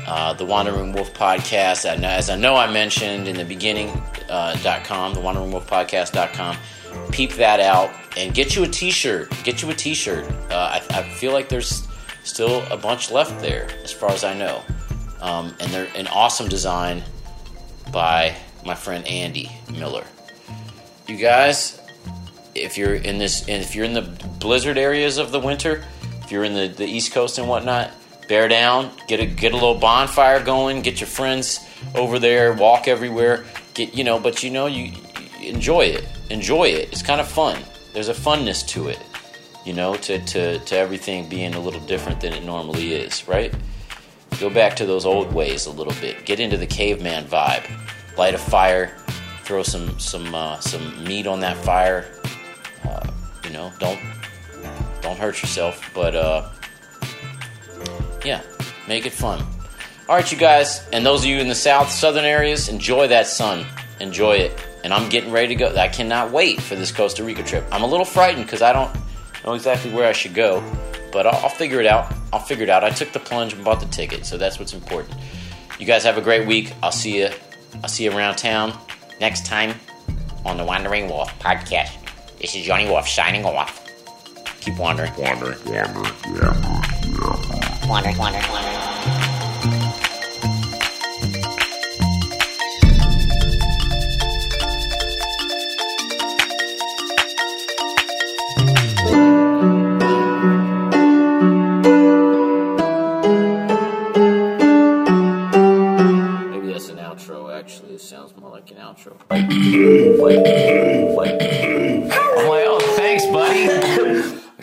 Speaker 2: Uh, the Wandering Wolf Podcast, and as I know I mentioned in the beginning, uh, dot .com, the Wandering Wolf Podcast.com. Peep that out and get you a t shirt. Get you a t shirt. Uh, I, I feel like there's still a bunch left there, as far as I know. Um, and they're an awesome design by my friend Andy Miller you guys if you're in this and if you're in the blizzard areas of the winter if you're in the, the east coast and whatnot bear down get a get a little bonfire going get your friends over there walk everywhere get you know but you know you, you enjoy it enjoy it it's kind of fun there's a funness to it you know to, to to everything being a little different than it normally is right go back to those old ways a little bit. Get into the caveman vibe. Light a fire, throw some some uh, some meat on that fire. Uh, you know, don't don't hurt yourself, but uh, yeah, make it fun. All right, you guys, and those of you in the south, southern areas, enjoy that sun. Enjoy it. And I'm getting ready to go. I cannot wait for this Costa Rica trip. I'm a little frightened because I don't know exactly where I should go, but I'll, I'll figure it out. I'll figure it out. I took the plunge and bought the ticket, so that's what's important. You guys have a great week. I'll see you. I'll see you around town next time on the Wandering Wolf podcast. This is Johnny Wolf signing off. Keep wandering. Wandering.
Speaker 5: Wandering, wandering, wandering.
Speaker 2: Maybe that's an outro. Actually, it sounds more like an outro. I'm like, oh, thanks, buddy, or